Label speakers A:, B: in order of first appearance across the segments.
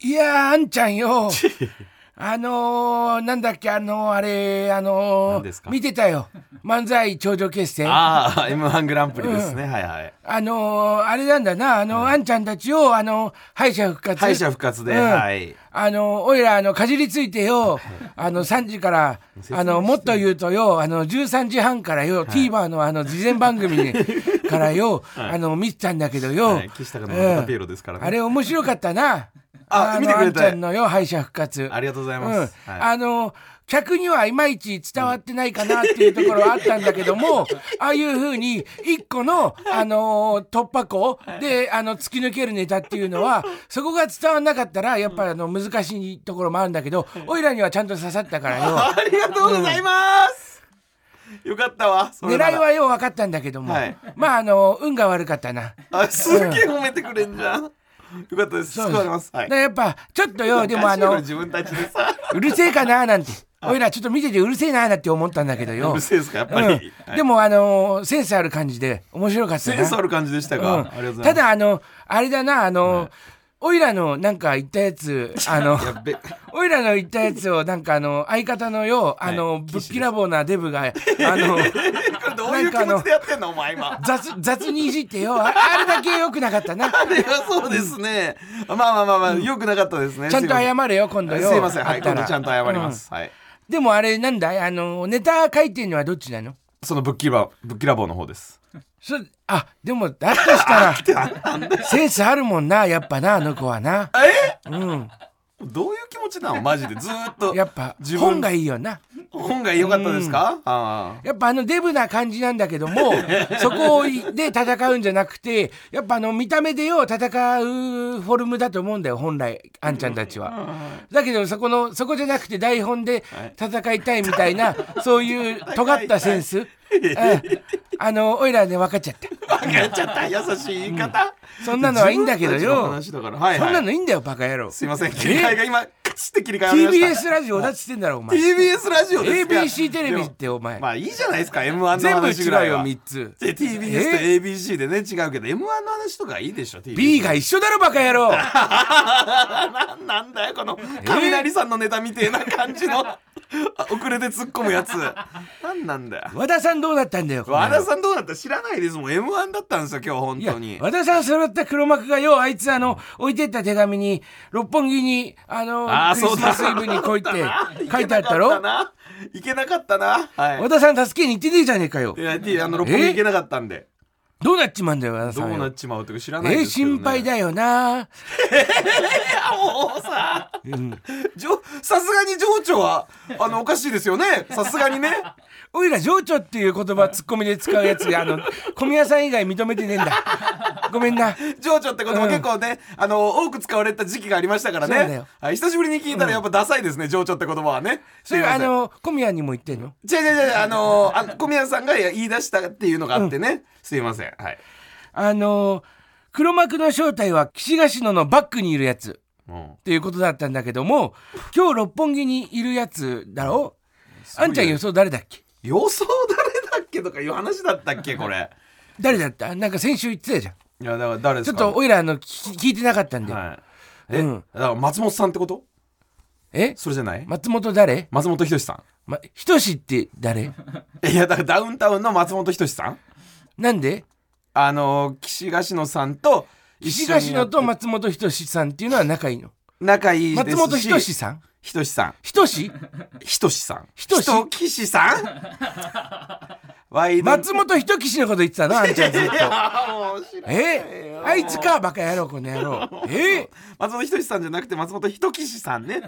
A: いやーあんちゃんよあのー、なんだっけあのー、あれあの
B: 何
A: ー
B: ですか
A: 見てたよ漫才頂上決戦あ
B: ああ m 1グランプリですね、はいはい
A: のー、あれなんだなあのー、あんちゃんたちをあのー、敗者復活
B: 敗者復活で、
A: うん
B: はい
A: あのー、おいらあのかじりついて よあの3時からあのもっと言うとよあの13時半からよ、TVer のあの事前番組にからよ、 あの見てたんだけどよ、
B: はい岸高の村田ピエロですからね
A: あれ面白かったな
B: あ
A: の
B: 見てくれて
A: あんちゃんのよ敗者復活
B: ありがとうございます、
A: うん
B: はい
A: あの客にはいまいち伝わってないかなっていうところはあったんだけど もああいうふうに一個の、あの突破口であの突き抜けるネタっていうのはそこが伝わんなかったらやっぱあの難しいところもあるんだけどおいらにはちゃんと刺さったから よ
B: ありがとうございます、よかったわそれなら
A: 狙いはよう分かったんだけども、
B: はい
A: まああの運が悪かったな。
B: あすげえ褒めてくれんじゃん、よかったです
A: そう
B: 救われますは
A: だ
B: い
A: からやっぱちょっとよでもあ
B: ラジオ
A: の
B: 自分たちでさ
A: うるせえかななんておいらちょっと見ててうるせえななんて思ったんだけど
B: う
A: よ
B: る。せえですかやっぱり、
A: うん、でもあのーセンスある感じで面白かったな
B: センスある感じでしたか、
A: うん
B: ありがとうございます
A: ただあのあれだなあのー、オイラのなんか言ったやつあの
B: やっべ
A: オイラの言ったやつをなんかあの相方のようあの、
B: はい
A: ぶっきらぼうなデブがあ の
B: これどういう気持ちでやってんのお前今
A: 雑雑にいじってよああれだけ良くなかった な
B: あれはそうですねまあまあまあまあ良くなかったですね
A: ちゃんと謝
B: ま
A: れよ今度よ
B: すいませんは
A: あ
B: い
A: った
B: 今
A: ら
B: 度ちゃんと謝ります、はい
A: うんでもあれなんだあのネタ書いてるのはどっちなの
B: そのぶっきらぶっきらぼうの方です
A: そあでもだとした らセンスあるもんなやっぱなあの子はな
B: え
A: うん
B: どういう気持ちなのマジでずーっと
A: やっぱ
B: 自分
A: 本がいいよな
B: 本が良かったですか、あ
A: やっぱあのデブな感じなんだけどもそこで戦うんじゃなくてやっぱあの見た目でよ戦うフォルムだと思うんだよ本来あんちゃんたちは。だけどそこのそこじゃなくて台本で戦いたいみたいな、そういう尖ったセンス、うんあのおいらね分かっちゃった
B: あバカやっちゃった優しい言い方、
A: そんなのはいいんだけど
B: 自分
A: よ
B: たちの話だからはい、
A: そ
B: はい、
A: んなのいいんだよバカ野郎
B: すいません切り替えが今カチッて切り替えました
A: TBS ラジオだっつってんだろお前
B: TBS ラジオですか
A: ABC テレビってお前
B: まあいいじゃないですか M1 の話ぐらい
A: 全部
B: は
A: 違うよ3つ
B: で TBS と ABC でね違うけど M1 の話とかいいでしょ TBS
A: B が一緒だろバカ野郎
B: ななん だよこの雷さんのネタみてえな感じのあ遅れて突っ込むやつなんな んだよ
A: 和田さんどうなったんだよ
B: 和田さんどうだった知らないですもん M1 だったんですよ今日本
A: い
B: 当
A: や
B: に
A: 和田さん揃った黒幕がようあいつあの置いてった手紙に六本木にあの
B: あー
A: クリ
B: そう
A: ス
B: だ
A: マスイブに 来いって書いてあった
B: 行けなかった
A: ろ
B: ないけなかったなは
A: 和田さん助けに行ってねえじゃねえかよ
B: いいや T あの六本木行けなかったんで
A: どうなっちまうんだよ和田
B: ど
A: さん
B: う
A: よ
B: なっちまうとか知ら
A: え
B: ないで
A: ー
B: すけど、ね、
A: 心 配だよな、
B: もうさ
A: うん、
B: じょさすがに情緒はあのおかしいですよねさすがにね
A: おいら情緒っていう言葉ツッコミで使うやつあ の小宮さん以外認めてねえんだごめんな
B: 情緒ってことも結構ね、あの多く使われた時期がありましたから
A: そうだ
B: ね
A: よ、
B: はい、久しぶりに聞いたらやっぱダサいですね、情緒って言葉はね
A: それ
B: すいま
A: あ
B: せん
A: の小宮にも言ってんの
B: 違う違う違うあのあ小宮さんが言い出したっていうのがあってね、すいませんはい
A: あの黒幕の正体は岸ヶ島のバックにいるやつ
B: も
A: っていうことだったんだけども今日六本木にいるやつだろ
B: う
A: あんちゃん予想誰だっけ
B: 予想誰だっけとかいう話だったっけこれ
A: 誰だったなんか先週言ってたじゃん
B: いやだから誰で
A: ち
B: す
A: ょっ
B: か
A: とおいらあの聞き聞いてなかったんで、
B: はいえ、
A: うん
B: だから松本さんってこと
A: え
B: それじゃない、
A: 松本誰、
B: 松本人志さ
A: ま、ひとしって誰
B: んいやだからダウンタウンの松本人志さん
A: なんで
B: あの岸ヶ篠さんと
A: 岸
B: 一緒
A: ヶ
B: にや
A: 島
B: って
A: と松本人志さんっていうのは仲いいの
B: 仲いいです
A: 松
B: し
A: 本人志さん
B: 人志さん
A: 人志
B: ひとしさん。
A: ひとし
B: 岸さんワイド。
A: 松本人志のこと言ってたのあんちゃんず っと
B: あー面白い
A: えあいつかバカ野郎この野郎え
B: 松本人志さんじゃなくて松本人志さんね。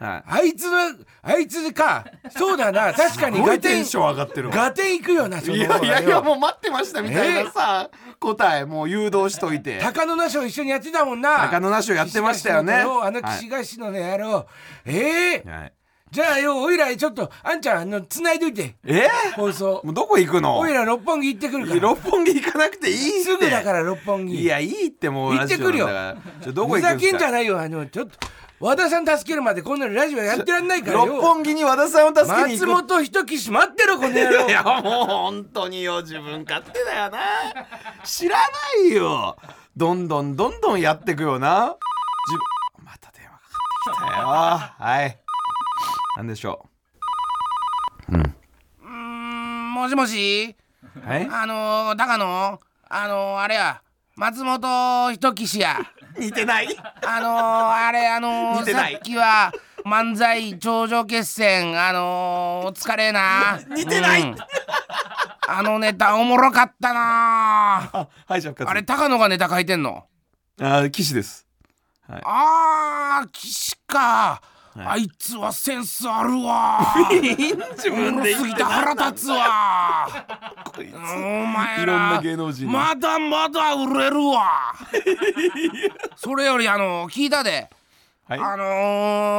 B: はい。
A: あいつのあいつかそうだな確かに
B: すご
A: ガ
B: いテ
A: テン
B: ンション上がってるわ
A: ガテンいくよなその
B: い
A: 方が
B: や
A: よ
B: いやいやもう待ってましたみたいなさ、答えもう誘導しといて
A: 高野那賞一緒にやってたもんな
B: 高野那賞やってましたよね
A: 岸ヶ島の野郎あの岸ヶ島の野郎、ええ
B: はい
A: じゃあよおいらちょっとあんちゃんあの繋いどいて
B: え
A: 放送
B: もうどこ行くの
A: おいら六本木行ってくるから
B: 六本木行かなくていいって
A: すぐだから六本木
B: いやいいってもう
A: 行ってくるよ
B: ラジオなんだからちょど
A: ふ
B: こ行く
A: ざ
B: んです
A: け
B: か
A: んじゃないよあのちょっと和田さん助けるまでこんなのラジオやってらんないからよ
B: 六本木に和田さんを助けに行
A: 松
B: く
A: 本人志待ってろこの野郎
B: いやもう本当によ自分勝手だよな知らないよどんどんどんどんやってくよなじまた電話かかああはいなんでしょ
A: うーんもしもし
B: うはい
A: あのー、高野あのー、あれや松本人志や
B: 似てない
A: あのー、あれあの
B: 似
A: ー、
B: てな
A: さ
B: い
A: っきは漫才頂上決戦あのー、お疲れな
B: 似てない
A: うんあのネタおもろかったな
B: あ敗者復活
A: あれ高野がネタ書いてんの
B: あ騎士です
A: あー岸か、あいつはセンスあるわ
B: 自
A: おも
B: 分
A: ろ
B: です
A: ぎて腹立つわ
B: こいつ
A: お前ら
B: いろんな芸能人に
A: まだまだ売れるわそれよりあの聞いたで
B: はい
A: あの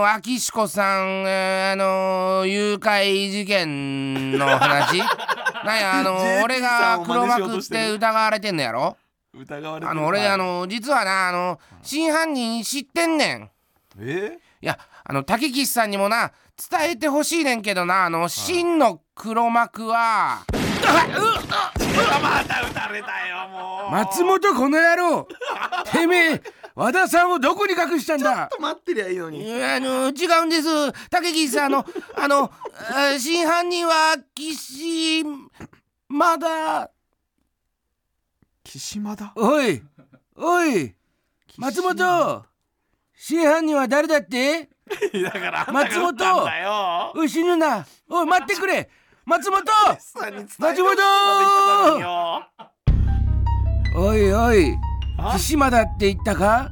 A: ー、秋子さん、えーあのー、誘拐事件の 話なんやあのー
B: JP
A: 俺
B: さ
A: が
B: んを
A: 黒
B: 真似しよう
A: 幕
B: と
A: っ
B: してる
A: て疑われてんのやろ
B: 疑われてる
A: あの俺あの実はなあの真犯人知ってんねん
B: え
A: いやあの竹岸さんにもな伝えてほしいねんけどなあの真の黒幕は
B: また撃たれたよもう
A: 松本この野郎てめえ和田さんをどこに隠したんだ
B: と待ってりゃいいの
A: い
B: に
A: やあの違うんです竹岸さんあの あのあ真犯人は岸まだ
B: 岸間だ
A: おいおい松本真犯人は誰だって
B: だから
A: 松本
B: あんたが撃ったんだよ
A: おい死ぬなおい待ってくれ松本
B: さんに伝えて
A: 松本
B: まで言ったのによ
A: おいおい
B: あ
A: 岸間だって言った か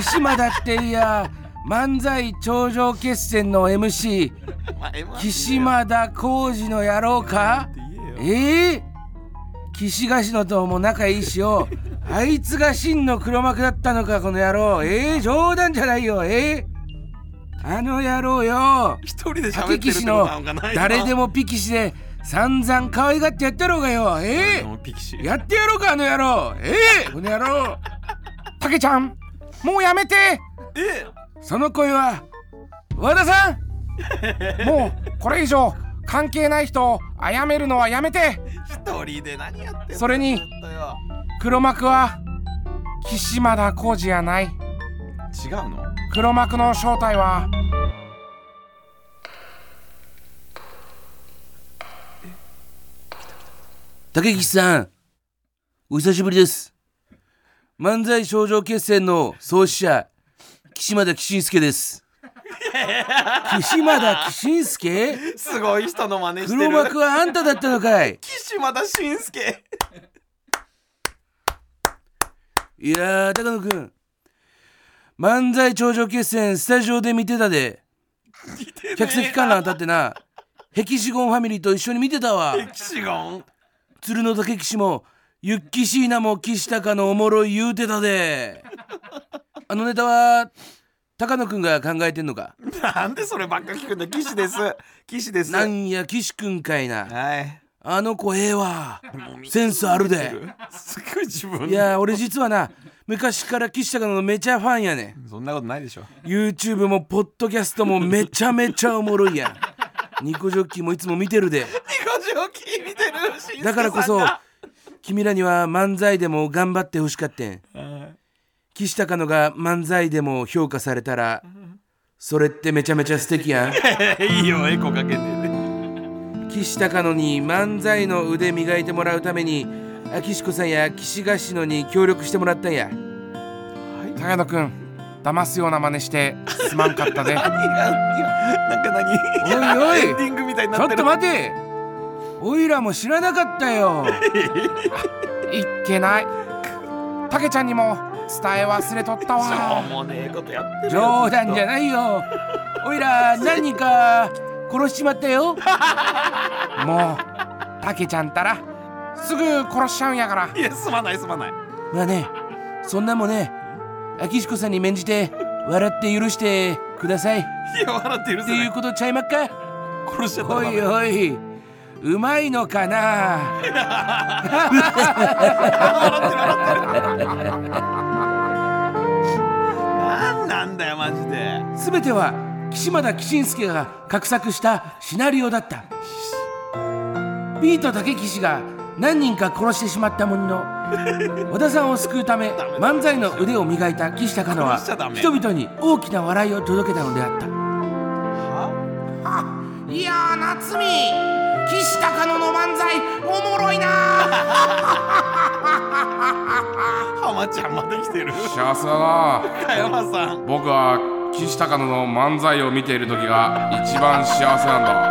A: 岸間だっていや漫才頂上決戦の MC
B: まあ M1
A: 岸間田浩二の野郎か
B: って言えよ
A: ええ岸菓子のとも仲いいし よあいつが真の黒幕だったのかこの野郎ええ冗談じゃないよええあの野郎よ
B: 一人で喋ってる
A: 竹
B: ってこと
A: 岸の
B: なんかないな
A: 誰でもピキシで散々可愛がってやったろうがよええ
B: あのピキシ
A: やってやろうかあの野郎ええこの野郎たけちゃんもうやめて
B: え
A: その声は和田さ んもうこれ以上関係ない人を殺めるのはやめて
B: 一人で何やってんの
A: それに
B: ちょっとよ
A: 黒幕は岸間田浩二やない
B: 違うの
A: 黒幕の正体は竹岸さんお久しぶりです漫才頂上決戦の創始者岸間田紀信介です岸間田紀信介
B: すごい人の真似して
A: 黒
B: る
A: 幕はあんただったのかい
B: 岸間田紳介
A: いやー高野君漫才頂上決戦スタジオで見てたで客席観覧当たってなヘキシゴンファミリーと一緒に見てたわ
B: 岸ゴン
A: 鶴の竹岸もユッキシーナも岸高のおもろい言うてたであのネタは高野君が考えてんのか
B: なんでそればっか聞くんだ岸です岸です
A: な
B: はい
A: んや岸君かいなあの子ええわセンスあるです
B: ごい自分
A: いやー俺実はな昔から岸高野のめちゃファンやねん
B: そんなことないでしょ
A: YouTube もポッドキャストもめちゃめちゃおもろいやんニコジョッキーもいつも見てるで
B: ニコジョキ見てる紳助さん
A: だからこそ君らには漫才でも頑張ってほしかってん岸高野が漫才でも評価されたらそれってめちゃめちゃ素敵やん
B: いいよエコかけてね
A: 岸高野に漫才の腕磨いてもらうためにあ岸子さんや岸賀志野に協力してもらったんや高野くん騙すような真似してすまんかったで
B: 何がなんか何
A: おいおい
B: エンディングみたい に
A: ちょ
B: なっ
A: って
B: る
A: と待ておいらも知らなかった よいっけないたけちゃんにも伝え忘れとった
B: しょう
A: わ
B: もねえことやってる
A: 冗談じゃ
B: な
A: な
B: い
A: いよおいら何人か殺しちまったよもうたけちゃんたらすぐ殺しちゃうんやから
B: いやすまないすまない
A: まあねそんなもんねあきしこさんに免じて笑って許してくださいっ
B: いや笑って許
A: て
B: せな
A: いう
B: い
A: ことちゃいまっか
B: 殺しちゃった
A: お
B: らダメ
A: いおいうまいのかな
B: なんなんだよマジで
A: 全ては岸間田紀信介が画策したシナリオだったビートたけきしが何人か殺してしまった森 の和田さんを救うため漫才の腕を磨いた岸高野は
B: 殺しちゃダメ
A: 人々に大きな笑いを届けたのであった
B: はい
A: やー夏美岸高野の漫才おもろいな
B: 浜ちゃんまで来てる
C: 幸せだな
B: 加山さん
C: 僕は岸高野の漫才を見ている時が一番幸せなんだ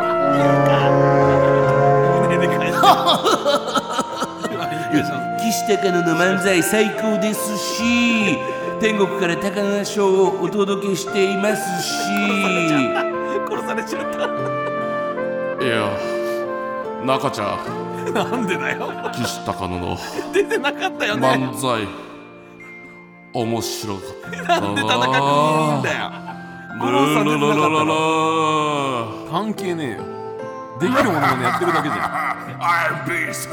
B: 胸で返してあいいでしょ
A: 岸高野の漫才最高ですし天国から高野賞をお届けしています し
B: 殺されちゃっ
C: いや中ちゃん
B: たなんでだよ
C: 岸高野の
B: 出てなかったよね
C: 漫才面白かった
B: なんで田中君いるんだよ五郎さん出てなかったの関係ねえよできるものまでやってるだけじゃん
C: I'm beast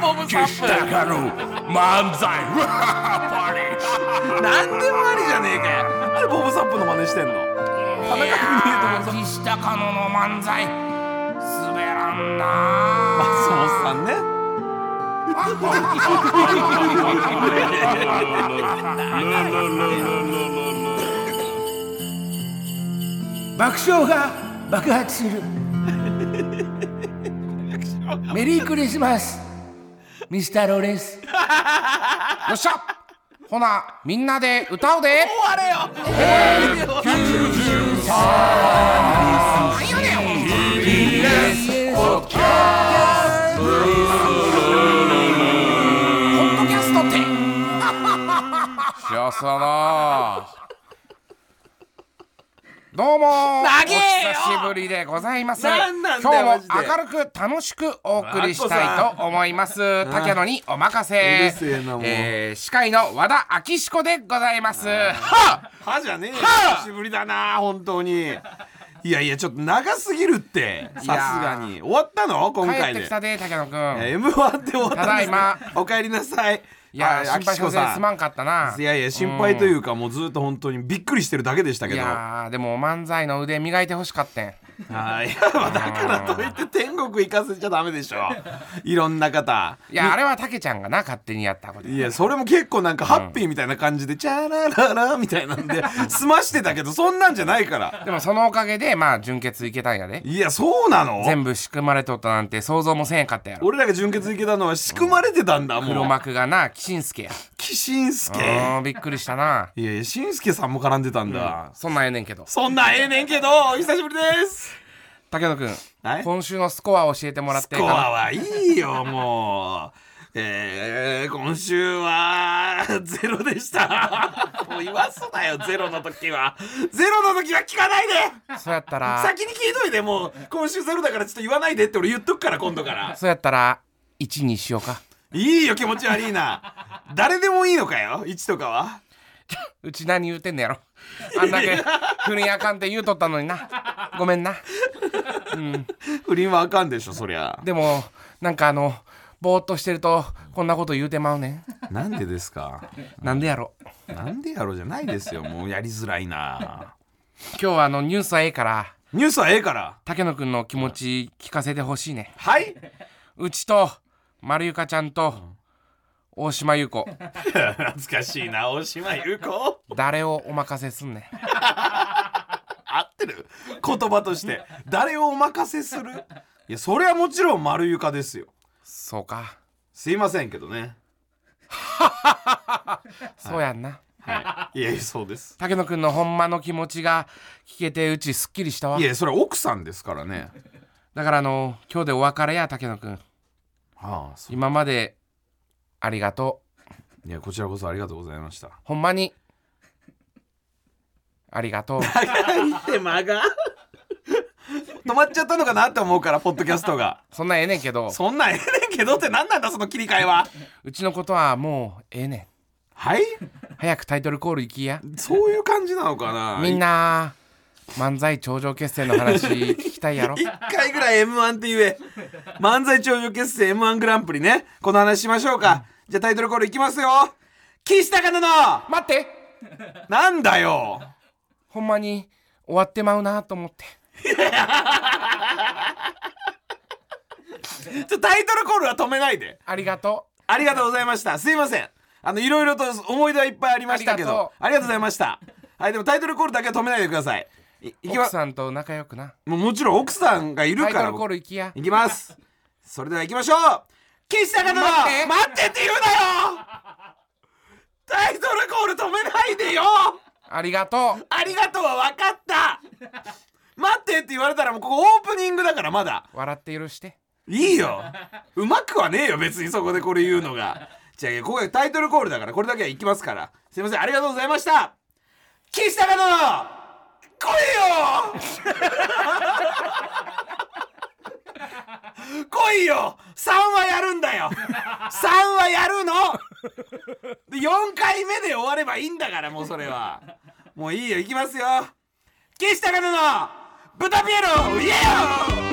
B: ボブサ
C: 岸
B: ッ
C: 高野漫才パリ
B: プなんでもありじゃねえかよあれボブサップの真似してんの田中君に言うとボブサップ
A: 岸高野の漫才滑らんな
B: 松本さんね
A: 爆笑が爆発するメリークリスマスミスターローレンス
C: よっしゃほなみんなで歌おうで幸せだなどうもお
B: 長えよ
C: 久しぶりでございます
B: なんなんだよ
C: 今
B: マジ
C: 日
B: で
C: も明るく楽しくお送りしたいと思います竹野にお任せ
B: うるせえなもう
C: えー司会の和田明彦でございます
B: 歯じゃねえよ久しぶりだな本当にいやいやちょっと長すぎるってさすがに終わったの今
C: 帰
B: 回
C: っ
B: で
C: てきたで竹野くん
B: M1 って終わったんです
C: ただいま
B: お帰りなさい
C: いや
B: あ
C: 心配
B: 秋子
C: させてすまんかったない
B: やいや心配というかもうずっと本当にびっくりしてるだけでしたけ
C: い
B: どは
C: やーでも漫才の腕磨いてほしかったん
B: いいやまあだからといって天国行かせちゃダメでしょいろんな方
C: いやあれは竹ちゃんがな勝手にやったこと
B: いやそれも結構なんかハッピーみたいな感じで、チャラララみたいなん で済ましてたけどそんなんじゃないから
C: でもそのおかげでまあ純潔いけたんやで
B: いやそうなの
C: 全部仕組まれとったなんて想像もせえんかったやろ
B: 俺らが純潔いけたのは仕組まれてたんだも
C: 黒
B: う
C: 幕がなキシンスケや
B: 岸信介
C: うーんびっくりしたない
B: やいや信介さんも絡んでたんだ、
C: そんなんええねんけど
B: そんなんええねんけどお久しぶりです
C: 竹野くん
B: はい
C: 今週のスコア教えてもらっ
B: ス
C: て
B: コ
C: いいかな
B: アはいいよもうえー、今週はゼロで したもう言わすなよゼロの時はゼロの時は聞かないで
C: そうやったら
B: 先に聞いといてもう今週ゼロだからちょっと言わないでって俺言っとくから今度から
C: そうやったら1にしようか
B: いいよ気持ち悪いな誰でもいいのかよ1とかは
C: うち何言うてんねやろあんだけ不倫あかんって言うとったのになごめんな
B: 不倫はあかんでしょそりゃ
C: でもなんかあのぼーっとしてるとこんなこと言うてまうねん
B: なんでですか
C: なんでやろ
B: なんでやろうじゃないですよもうやりづらいな
C: 今日はあのニュースはええから
B: ニュースはええから
C: 竹野くんの気持ち聞かせてほしいね
B: はいう
C: ちと丸ゆかちゃんと大島優子
B: 懐かしいな大島優子
C: 誰をお任せすんねん
B: 合ってる言葉として誰をお任せするいやそれはもちろん丸床ですよ
C: そうか
B: すいませんけどね
C: そうやんな
B: はいいやいやそうです
C: 竹野くんのほんまの気持ちが聞けてうちすっきりしたわ
B: いやそれは奥さんですからね
C: だからあの今日でお別れや竹野くん
B: はあそう
C: 今までありがとう
B: いやこちらこそありがとうございました
C: ほんまにありがとう
B: って間が止まっちゃったのかなって思うからポッドキャスト が
C: そんなんええねんけど
B: そんなんええねんけどって何なんだその切り替えは
C: うちのことはもうええね
B: はい
C: ん早くタイトルコール行きや
B: そういう感じなのかな
C: みんな漫才頂上決戦の 話聞きたいやろ
B: 一回ぐらい M1 って言え漫才頂上決戦 M1 グランプリねこの話しましょうか、じゃあタイトルコールいきますよ岸高野の
C: 待って
B: なんだよ
C: ほんまに終わってまうなと思って
B: ちょタイトルコールは止めないで
C: ありがとう
B: ありがとうございましたすいませんあのいろいろと思い出はいっぱいありましたけどありがとうございましたはいでもタイトルコールだけは止めないでくださいいいきま
C: 奥さんと仲良くな
B: もうもちろん奥さんがいる
C: タ
B: か
C: イト
B: ら
C: ルコー
B: 僕
C: ル行きや
B: いきますそれでは行きましょう岸高野の
C: 待って
B: 待ってって言うなよタイトルコール止めないでよ
C: ありがとう
B: ありがとうは分かった待ってって言われたらもうここオープニングだからまだ
C: 笑って許して
B: いいようまくはねえよ別にそこでこれ言うのがじゃあここタイトルコールだからこれだけは行きますからすいませんありがとうございました岸高野の来いよ来いよ3はやるんだよ3はやるので4回目で終わればいいんだからもうそれはもういいよ行きますよ岸高野の豚ピエロイエーイ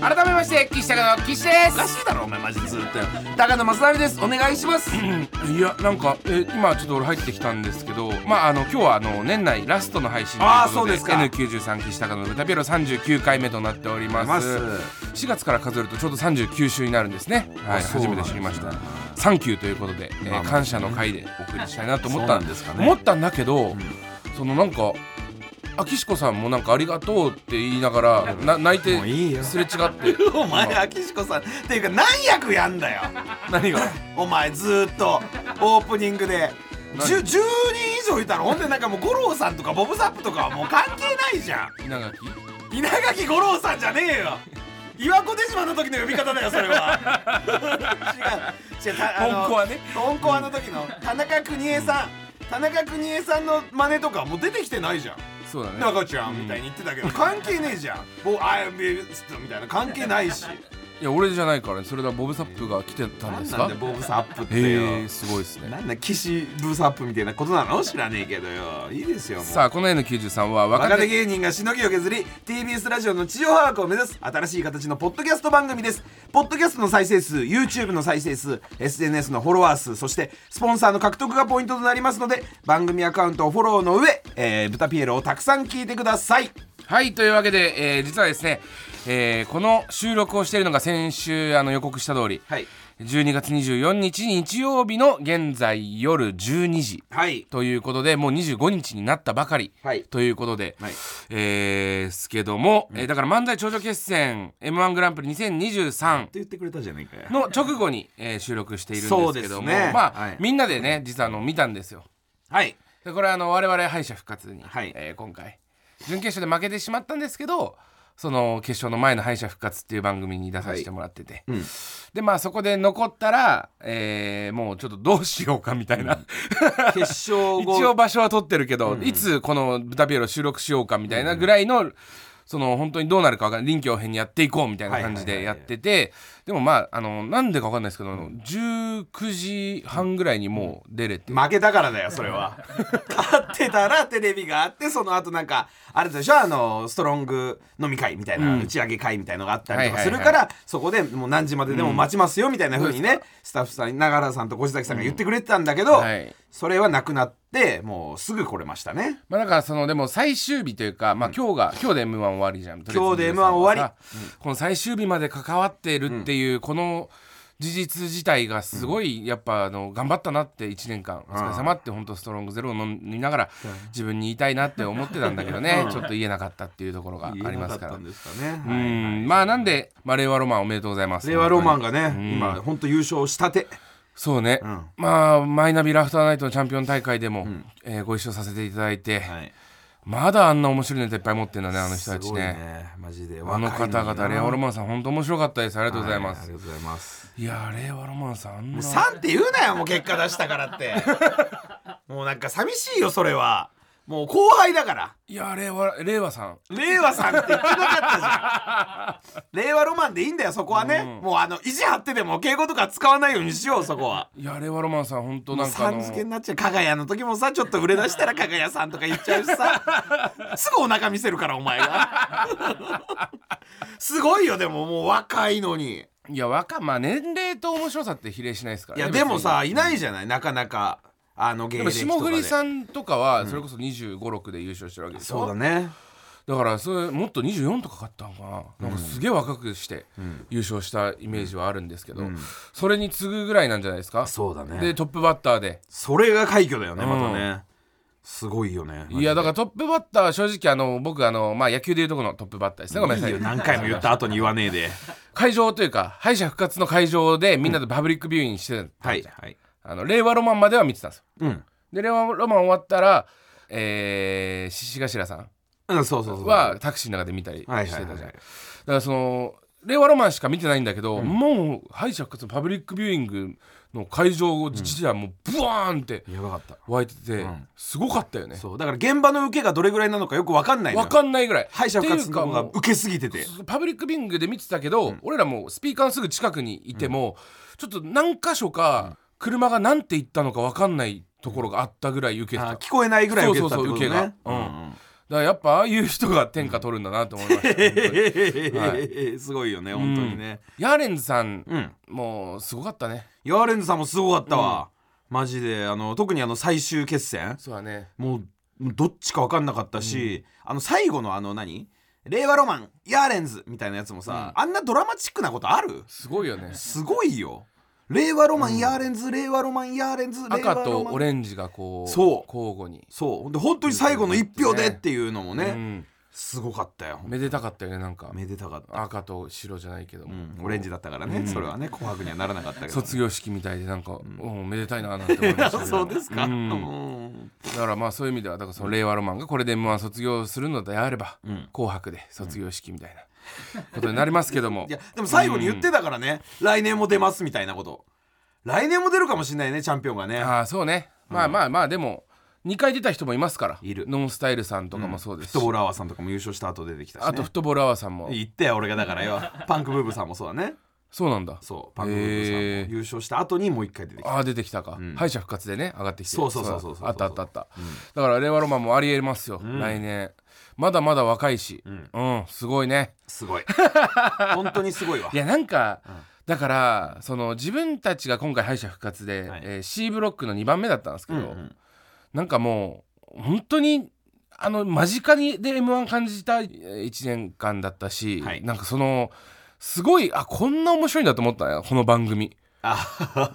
C: 改めまして岸高野岸で
B: おか
C: す
B: しいだろお前マジでずっとよ高野正成ですお願いします
C: いやなんかえ今ちょっと俺入ってきたんですけどまああの今日はあの年内ラストの配信と
B: あー
C: いうことで
B: そう
C: N93 岸高野の豚ビロ39回目となっております4月から数えるとちょうど39週になるんですね、はい、
B: そう
C: 初
B: なん
C: め
B: で
C: て
B: す
C: 知
B: ね
C: りました「サンキュー」ということで、えー
B: まあまあ
C: 感謝の会でお送りしたいなと思った
B: そうなんですかね
C: 思ったんだけど、そのなんかあきしこさんもなんか「ありがとう」って言いながらな泣いて
B: もういいよ
C: すれ違って
B: お前あきしこさんっていうか何役やんだよ
C: 何が
B: お前ずーっとオープニングで
C: 何
B: 10 10人以上いたらほんでなんかもう五郎さんとかボブサップとかはもう関係ないじゃん
C: 稲垣
B: 稲垣吾郎さんじゃねえよ岩子手島の時の呼び方だよそれは違う違うたあの
C: 本コアね
B: 本コアの時の田中邦衛さん田中邦衛さんの真似とかもう出てきてないじゃん
C: そうだね
B: 中ちゃんみたいに言ってたけど、関係ねえじゃん「もう I am b e a u t みたいな関係ないし
C: いや俺じゃないからねそれだボブ・サップが来てたん
B: 何
C: です
B: なん
C: か
B: でボブサップって
C: へ
B: よ、
C: えー、すごいですね
B: なんだ岸ブサップみたいなことなの知らねえけどよいいですよもう
C: さあこの N93 は若
B: 若
C: 手
B: 手芸人がしのぎを削り TBS ラジオの地上波枠を目指す新しい形のポッドキャスト番組ですポッドキャストの再生数 YouTube の再生数 SNS のフォロワー数そしてスポンサーの獲得がポイントとなりますので番組アカウントをフォローの上、えー、ブタピエロをたくさん聞いてください
C: はいというわけで、えー実はですね、えーこの収録をしているのが先週あの予告した通り、
B: はい
C: 12月24日日曜日の現在夜12時
B: はい
C: ということでもう25日になったばかり、
B: はい
C: ということで、
B: はい
C: えーすけども、えーだから漫才頂上決戦 m 1グランプリ2023
B: って言ってくれたじゃないかよ
C: の直後に、えー収録しているんです
B: そう
C: け
B: です
C: ども、
B: ね
C: まあ、
B: はい
C: みんなでね実はあの見たんですよ。
B: はい
C: でこれあの我々敗者復活に、
B: はい
C: えー今回準決勝で負けてしまったんですけどその決勝の前の敗者復活っていう番組に出させてもらってて、
B: うん
C: でまあそこで残ったら、えーもうちょっとどうしようかみたいな、
B: 決勝後
C: 一応場所は取ってるけど、いつこの「豚ピエロ」収録しようかみたいなぐらいの、その本当にどうなるか分かんない臨機応変にやっていこうみたいな感じ
B: は
C: で
B: いは
C: や
B: いはい
C: っ
B: はい
C: ててでもまああのなんでか分かんないですけどあの19時半ぐらいにもう出れて、
B: 負けたからだよそれは勝ってたらテレビがあってその後なんかあれでしょあのストロング飲み会みたいな、打ち上げ会みたいのがあったりとか
C: はい
B: す
C: はい
B: る
C: はい
B: から、そこでもう何時まででも待ちますよみたいな風にね、スタッフさん永原さんと越崎さんが言ってくれてたんだけど、
C: はい
B: それはなくなってもうすぐ来れましたね
C: まあだからそのでも最終日というか、まあ、今日が、今日で m 1終わりじゃんとりあえず
B: 今日で M1 終わ
C: さこの最終日まで関わってるっていうこの事実自体がすごいやっぱあの頑張ったなって1年間お疲れ様って本当ストロングゼロを飲みながら自分に言いたいなって思ってたんだけどねちょっと言えなかったっていうところがありますから
B: 言えなかったんですかね、
C: う
B: はい
C: んまあなんで、まあ、令和ロマンおめでとうございます
B: 令和ロマン
C: が
B: がね、今本当優勝したて
C: そうね、
B: ん
C: まあマイナビラフターナイトのチャンピオン大会でも、えーご一緒させていただいて、まだあんな面白いネタいっぱい持ってんだねあの人
B: す
C: たち
B: ごい
C: ね
B: ねマジで
C: あの方々令和ロマンさん本当面白かったですありがとうございま
B: あ
C: す、
B: りがとうございます
C: い、やー令和ロマンさんあんな
B: 3って言うなよもう結果出したからって もうなんか寂しいよそれはもう後輩だから
C: いやー令和令和さん
B: 令和さんって言ってなか ったじゃん令和ロマンでいいんだよそこはね、もうあの意地張ってでも敬語とか使わないようにしようそこはい
C: やー令和ロマンさん本当なんかあ
B: さん
C: の
B: 付けになっちゃう加賀屋の時もさちょっと売れ出したら加賀屋さんとか言っちゃうしさすぐお腹見せるからお前 がすごいよでももう若いのに
C: いや若まあ年齢と面白さって比例しないですから、
B: い
C: ね、
B: やでもさ
C: 別に
B: いないじゃないなかなかあの芸
C: で
B: 歴
C: も
B: とかで
C: 霜降りさんとかはそれこそ2 5 6で優勝してるわけでしょ、
B: そうだね
C: だからそれもっと24とかかったのかななんかすげえ若くして優勝したイメージはあるんですけど、それに次ぐぐらいなんじゃないですか
B: そうだね
C: でトップバッターで
B: それが快挙だよねまたね、すごいよね
C: いやだからトップバッターは正直あの僕あの、まあ、野球でいうとこのトップバッターですねごめんないさ
B: いよ
C: い
B: 何回も言った後に言わねえ で
C: 会場というか敗者復活の会場でみんなでパブリックビューイングしてたんですよ
B: はいはい
C: あの令和ロマンまでは見てたんですよ
B: うん、
C: で令和ロマン終わったらえー、獅子頭さん
B: うん、そうそうそう
C: はタクシーの中で見たりして
B: は
C: た
B: い
C: じ
B: は
C: ゃ
B: い
C: ん、
B: はい
C: だからその令和ロマンしか見てないんだけど、もう敗者復活のパブリックビューイングの会場自体はもうブワーンって
B: やばかった
C: 湧いてて、すごかったよね
B: そうだから現場の受けがどれぐらいなのかよく分かんないのよ
C: 分かんないぐらい
B: 敗者復活の方が
C: っていうかもう
B: 受けすぎてて
C: パブリックビューイングで見てたけど、俺らもうスピーカーのすぐ近くにいても、ちょっと何箇所か車が何て言ったのか分かんないところがあったぐらい受けてた、
B: あ
C: だか
B: 聞こえないぐらい受けてたってことね
C: そうそうそう受けがうんらやっぱああいう人が天下取るんだなと思いました、
B: ええすごいよね本当にね
C: ヤーレンズさん、
B: うん
C: もうすごかったね
B: ヤーレンズさんもすごかったわ、マジであの特にあの最終決戦
C: そうだね
B: もうどっちか分かんなかったし、あの最後のあの何令和ロマンヤーレンズみたいなやつもさ、あんなドラマチックなことある
C: すごいよね
B: すごいよ令和ロマン、ヤーレンズ令和ロマンヤーレンズ令和
C: 赤
B: ロ
C: と
B: マン
C: オレンジがこう
B: そう
C: 交互に、
B: そうで本当に最後の1票でっていうのもね、
C: うん、
B: すごかったよ
C: めでたかったよねなんか
B: めでたかった、
C: 赤と白じゃないけども、
B: うん、オレンジだったからね、それはね紅白にはならなかったけど
C: 卒業式みたいでなんか、うん、めでたいななんて思いましたけど
B: そうですか、
C: ん
B: うん
C: だからまあそういう意味ではだからその令和ロマンがこれで m 1卒業するのであれば「
B: ん
C: 紅白」で卒業式みたいなことになりますけど も
B: いやでも最後に言ってたからね、来年も出ますみたいなこと来年も出るかもしれないねチャンピオンがね
C: ああそうねまあまあまあでも2回出た人もいますから
B: いる
C: ノンスタイルさんとかもそうです
B: フット
C: し、
B: ボールアワーさんとかも優勝した後出てきたし、ね、
C: あとフットボールアワーさんも
B: 言ってよ俺がだ からよパンクブーブーさんもそうだね
C: そうなんだ
B: そうパンクブーブーさんも
C: へー
B: 優勝した後にもう一回出てきた、
C: ああ出てきたか、敗者復活でね上がってきて
B: そうそうそうそうそう
C: あったあったあった、だから令和ロマンもありえますよ、来年まだまだ若いしうん、すごいね
B: す ごい本当にすごいわ
C: いやなんか、だからその自分たちが今回敗者復活で、
B: はい
C: えー C ブロックの2番目だったんですけど、
B: うんうん
C: なんかもう本当にあの間近にで m 1感じた1年間だったし、
B: はい
C: なんかそのすごいあこんな面白いんだと思ったよこの番組。
B: あそうそうそうそう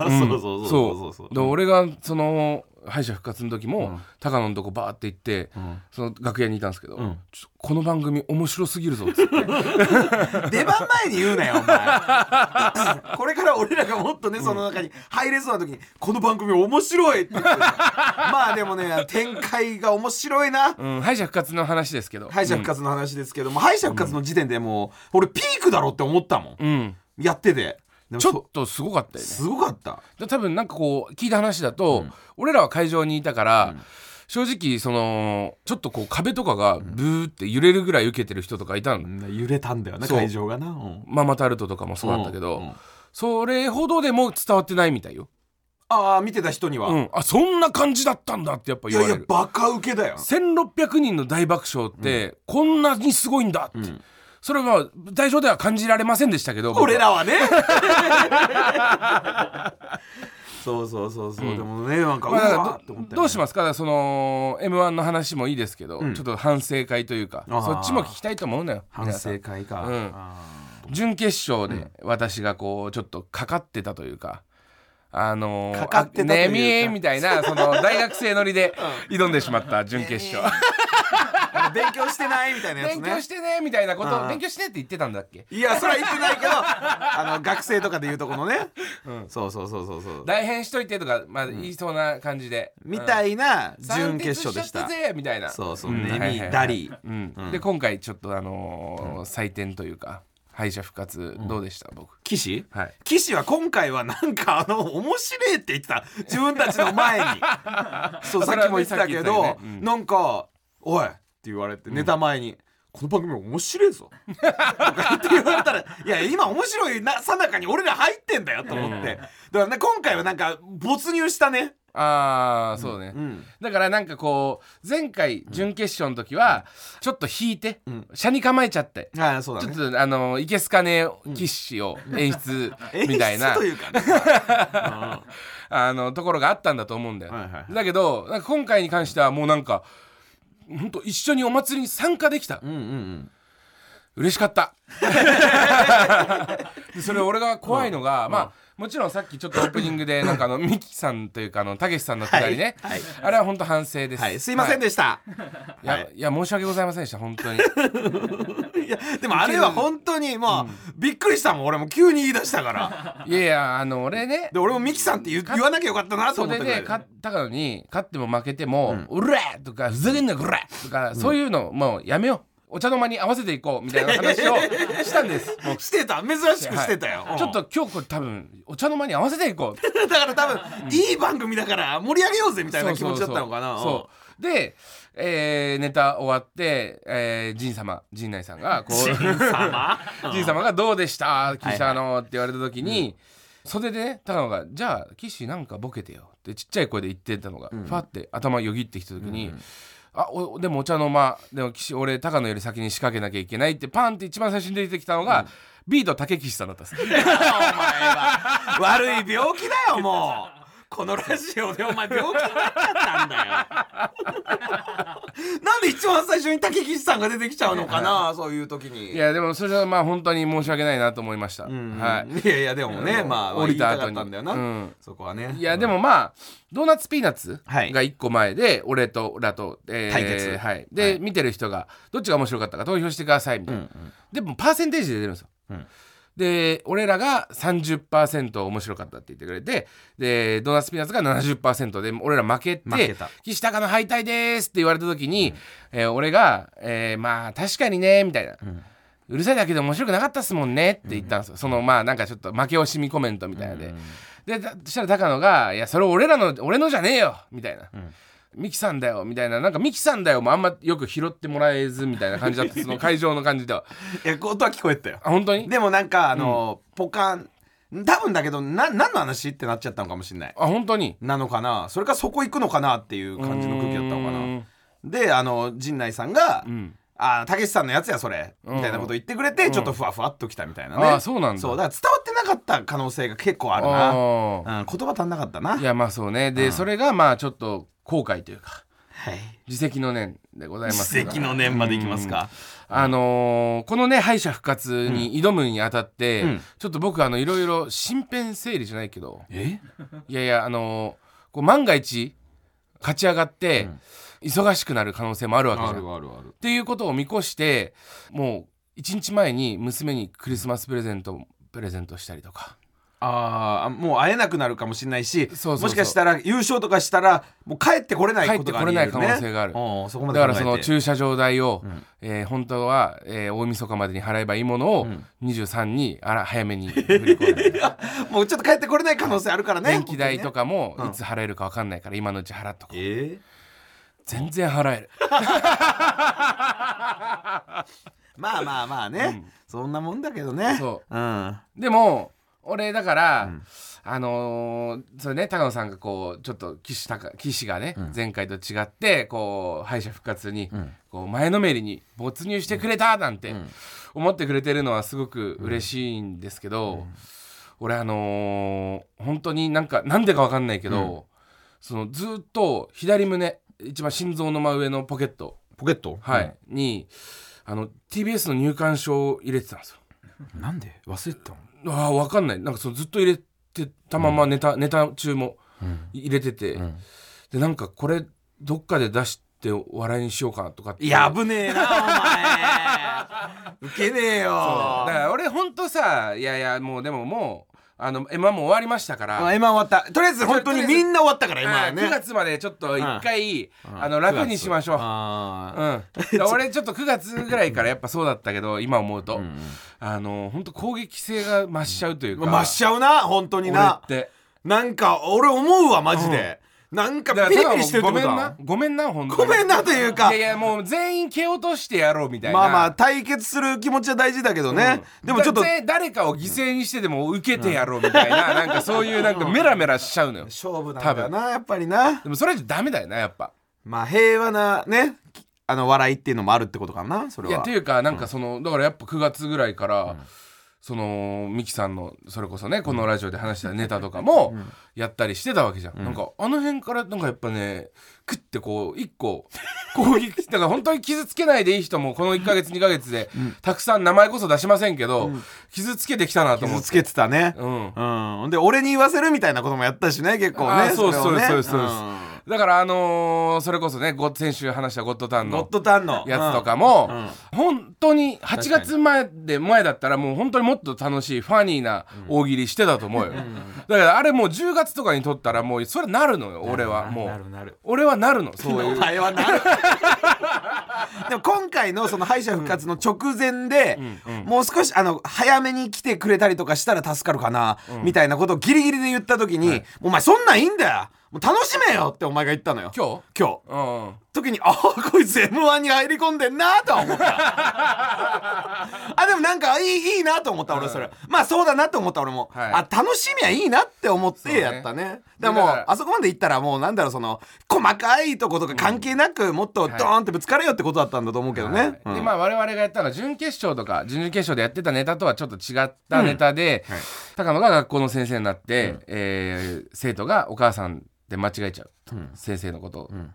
B: そうそう
C: で俺がその敗者復活の時も、高野のとこバーって行って、その楽屋にいたんですけど、
B: ん
C: ちょっとこの番組面白すぎるぞっつって
B: 出番前に言うなよお 前 これから俺らがもっとねその中に入れそうな時に「この番組面白い!」って言ってる まあでもね展開が面白いな
C: うん、敗者復活の話ですけど
B: 敗者復活の話ですけども敗者復活の時点でもう俺ピークだろって思ったもん
C: うん、うん
B: やっててでも
C: ち
B: そ
C: ょっとすごかったよね
B: すごかった
C: で多分なんかこう聞いた話だと、俺らは会場にいたから、正直そのちょっとこう壁とかがブーって揺れるぐらい受けてる人とかいたの、
B: 揺れたんだよね
C: そう
B: 会場がな、うん
C: ママタルトとかもそうだったけど、
B: うんうん
C: それほどでも伝わってないみたいよ、
B: ああ見てた人には、
C: うん、あそんな感じだったんだってやっぱ
B: い
C: 言
B: や
C: わ
B: い
C: れ
B: や
C: る
B: バカウケだよ
C: 1600人の大爆笑って、こんなにすごいんだって、それは舞台上では感じられませんでしたけど僕は
B: 俺らはね そうそうそうそう、でもねなんかう
C: まあだから
B: わーって
C: ど
B: 思ったよね
C: どうしますかだからその m 1の話もいいですけど、
B: ん
C: ちょっと反省会というか
B: あー
C: そっちも聞きたいと思うのよ
B: 反省会か、
C: うん
B: あ
C: 準決勝で私がこうちょっとかかってたというか。あのー、
B: かかってたというか
C: あねみえみたいな その大学生乗りで挑んでしまった準決勝、
B: ーあの勉強してないみたいなやつね
C: 勉強してねみたいなこと
B: うん
C: 勉強してって言ってたんだっけ
B: いやそれは言ってないけどあの学生とかで言うとこのね、そうそうそうそうそう
C: 大変しといてとか、まあ、言いそうな感じで、
B: みたいな準決勝でした
C: 三鉄しちゃったぜみたいな
B: そうそう、
C: ん
B: ネミ、
C: はいはいはい
B: ダリー
C: うんで今回ちょっとあのー採点というか敗者復活どうでした、僕
B: 岸
C: はい
B: 岸は今回はなんかあ の面白いって言ってた自分たちの前にそうさっきも言ってたけど、
C: それはねさっき言ったよねうん
B: なんか「おい!」って言われて、ネタ前に「この番組面白いぞ」とかって言われた ら「いや今面白いなさなかに俺ら入ってんだよ」と思って、だからね今回はなんか没入したね、
C: ああそうね、
B: うん、
C: だからなんかこう前回準決勝の時はちょっと引いて車に構えちゃって
B: ああそうだ
C: ちょ
B: ね
C: っとあのーいけすかねキッシュを演出みたいな
B: 演出というかね
C: あのところがあったんだと思うんだよ、
B: はいはいはい
C: だけどなんか今回に関してはもうなんか本当一緒にお祭りに参加できた
B: うんうんうん
C: 嬉しかったでそれ俺が怖いのが、まあもちろんさっきちょっとオープニング でなんかあのミキさんというかあのたけしさんのくだりね、
B: はいはい
C: あれは本当反省です、
B: はいすいません
C: は
B: でした、
C: い、いや、
B: はい
C: いや申し訳ございませんでした 本当に
B: い、やでもあれは本当にまあ、びっくりしたもん俺も急に言い出したから
C: いやいやあの俺ね
B: で俺もミキさんって言う言わなきゃよかったなと
C: そ
B: 思っ
C: れ
B: たぐらい
C: で勝ったのに勝っても負けても「うら、えとか「ふざけんなこら!」とか、そういうのもうやめようお茶の間に合わせていこうみたいな話をした んですもう
B: してた珍しくしてたよ、
C: は
B: う
C: い
B: ん
C: ちょっと今日これ多分お茶の間に合わせていこう
B: だから多分いい番組だから盛り上げようぜみたいな気持ちだったのかな
C: そうそうそうで、えーネタ終わって、えー、ジン様陣内さんがこう
B: うん神 様
C: じい様が「どうでした岸
B: は
C: 田の」って言われた時に、袖でね高野が「じゃあ岸なんかボケてよ」ってちっちゃい声で言ってたのが、ファって頭よぎってきた時に「あおでもお茶の間でも岸俺高野より先に仕掛けなきゃいけない」ってパンって一番最初に出てきたのが、ビート竹岸さんだったんです
B: お前は悪い病気だよもうこのラジオでお前病気になっちゃったんだよ なんで一番最初に竹岸さんが出てきちゃうのかなそういう時に
C: いやでもそれはまあ本当に申し訳ないなと思いました、
B: うん
C: はい
B: いやいやでもねまあ
C: 降りた後
B: 言
C: に
B: いかったんだよな、
C: うん
B: そこはね
C: いやでもまあドーナツピーナッツ
B: はい
C: が1個前で俺とらと、えー
B: 対決
C: はい、で、見てる人がどっちが面白かったか投票してくださいみたいな、でもパーセンテージで出るんですよ、
B: うん
C: で俺らが30%面白かったって言ってくれてでドーナツピーナッツが70%で俺ら負けて
B: 負けた
C: 岸高の敗退です」って言われた時に、えー俺が、えーまあ確かにね」みたいな、うるさいだけで面白くなかったっすもんね」って言ったんですよ、そのまあなんかちょっと負け惜しみコメントみたいなので、でだそしたら高野が「いやそれ俺らの俺のじゃねえよ」みたいな。ミキさんだよみたいななんかミキさんだよもあんまよく拾ってもらえずみたいな感じだったその会場の感じでは
B: いや音は聞こえてたよ
C: あ本当に
B: でもなんかあの、ポカン多分だけどな何の話ってなっちゃったのかもしれない
C: あ本当に
B: なのかなそれかそこ行くのかなっていう感じの空気だったのか
C: う
B: なんであの陣内さんが
C: ん
B: 「ああたけしさんのやつやそれ」みたいなこと言ってくれてちょっとふわふわっときたみたいなね
C: あーそうなんだ
B: そうだから伝わってなかった可能性が結構ある
C: あー
B: なうん言葉足んなかったない
C: やまあそうねで、それがまあちょっと後悔というか
B: はい
C: 自責の念でございます
B: 奇跡の念までいきますか
C: あのーこのね敗者復活に挑むにあたって、
B: うん
C: ちょっと僕あのいろいろ身辺整理じゃないけど
B: え
C: いやいやあのーこう万が一勝ち上がって、忙しくなる可能性もあるわけじゃん。
B: あるある
C: っていうことを見越してもう1日前に娘にクリスマスプレゼントをプレゼントしたりとか
B: あーもう会えなくなるかもしれないし
C: そうそうそう
B: もしかしたら優勝とかしたらもう帰ってこれないことがあり得る、ね、
C: 帰ってこれない可能性がある
B: うんそこま
C: だ
B: で
C: か
B: 考え
C: ら
B: て
C: その駐車場代を、えー本当は、えー大晦日までに払えばいいものを、23にあら早め に振り込んで
B: もうちょっと帰ってこれない可能性あるからね
C: 電気代と
B: か
C: かもいつ払えるか分かんないから今のうち払っとこう
B: えー
C: 全然払える
B: まあまあまあね、そんなもんだけどね、
C: そう
B: ん、
C: でも俺だから、あのーそれね高野さんがこうちょっと岸高岸がね、前回と違ってこう敗者復活に、こう前のめりに没入してくれたなんて思ってくれてるのはすごく嬉しいんですけど、俺あのー本当になんかなんでかわかんないけど、そのずっと左胸一番心臓の真上のポケット、
B: ポケット
C: はいにあの TBS の入館証を入れてたんですよ。
B: なんで忘れてたの
C: ああ分かんないなんかそのずっと入れてたままネタ,、ネタ中も入れてて、でなんかこれどっかで出して笑いにしようかなとかって
B: いや
C: だ
B: 危ねえ なお前ウケねえよ
C: から俺ほんとさいやいやもうでももうあの M−1 も終わりましたから、
B: まあ今終わったとりあえず本当にみんな終わったから今は
C: はい
B: ね
C: 9月までちょっと一回、あの楽にしましょう。
B: あ
C: うん、だ俺ちょっと9月ぐらいからやっぱそうだったけど今思うと、あの本当攻撃性が増しちゃうという
B: ー
C: か、
B: まあ増しちゃうな本当にな
C: 俺って
B: なんか俺思うわマジで、なんか
C: だから
B: ピリピリしてるって
C: ご
B: こ
C: め
B: と
C: ん
B: だ
C: なごめんな本当
B: ご
C: に
B: めんなというか
C: いやいやもう全員蹴落としてやろうみたいな
B: まあまあ対決する気持ちは大事だけどね、でもちょっと
C: だぜ誰かを犠牲にしてでも受けてやろうみた いな、なんかそういうなんかメラメラしちゃうのよ
B: 勝負なんだよなやっぱりな
C: でもそれじゃダメだよなやっぱ
B: まあ平和なねきあの笑いっていうのもあるってことかなそれ
C: いや
B: は
C: っていうかなんかその、だからやっぱ9月ぐらいから、そのミキさんのそれこそねこのラジオで話したネタとかもやったりしてたわけじゃん、なんかあの辺からなんかやっぱねクッてこう一個こういだから本当に傷つけないでいい人もこの1ヶ月2ヶ月でたくさん名前こそ出しませんけど、傷つけてきたなと思っ
B: 傷つけ
C: て
B: てたね
C: うん
B: うんで俺に言わせるみたいなこともやったしね結構ね
C: あーそうです
B: れをね
C: そうですそうです
B: ん
C: だからあのーそれこそねご先週話したゴッドタン
B: ゴッ
C: の
B: ドタンの
C: やつとかも、
B: うんうん
C: 本当に8月前で前だったらもう本当にもっと楽しいファニーな大喜利してたと思うよ、だからあれもう10月とかに撮ったらもうそれなるのよ俺はも
B: な
C: う
B: るなる
C: 俺はなるの そう
B: お
C: いう
B: 前 はなるでも今回のその敗者復活の直前で、もう少しあの早めに来てくれたりとかしたら助かるかな、みたいなことをギリギリで言った時に、もうお前そんなんいいんだよもう楽しめよってお前が言ったのよ
C: 今日
B: 今日
C: うん
B: 時にあーこいつ m 1に入り込んでんなとは 思ったあでもなんかいいいいなと思った俺それ、まあそうだなと思った俺も、
C: はい
B: あ楽しみはいいなって思っ
C: う
B: て
C: ね
B: やったねで
C: だから
B: もうあそこまで行ったらもうなんだろうその細かいとことか関係なくもっとドーンってぶつかれよってことだったんだと思うけどね、うん
C: でまあ我々がやったのは準決勝とか準々決勝でやってたネタとはちょっと違ったネタで、
B: はい
C: 高野が学校の先生になって、えー生徒がお母さんで間違えちゃう、
B: ん
C: 先生のことを、
B: これ
C: って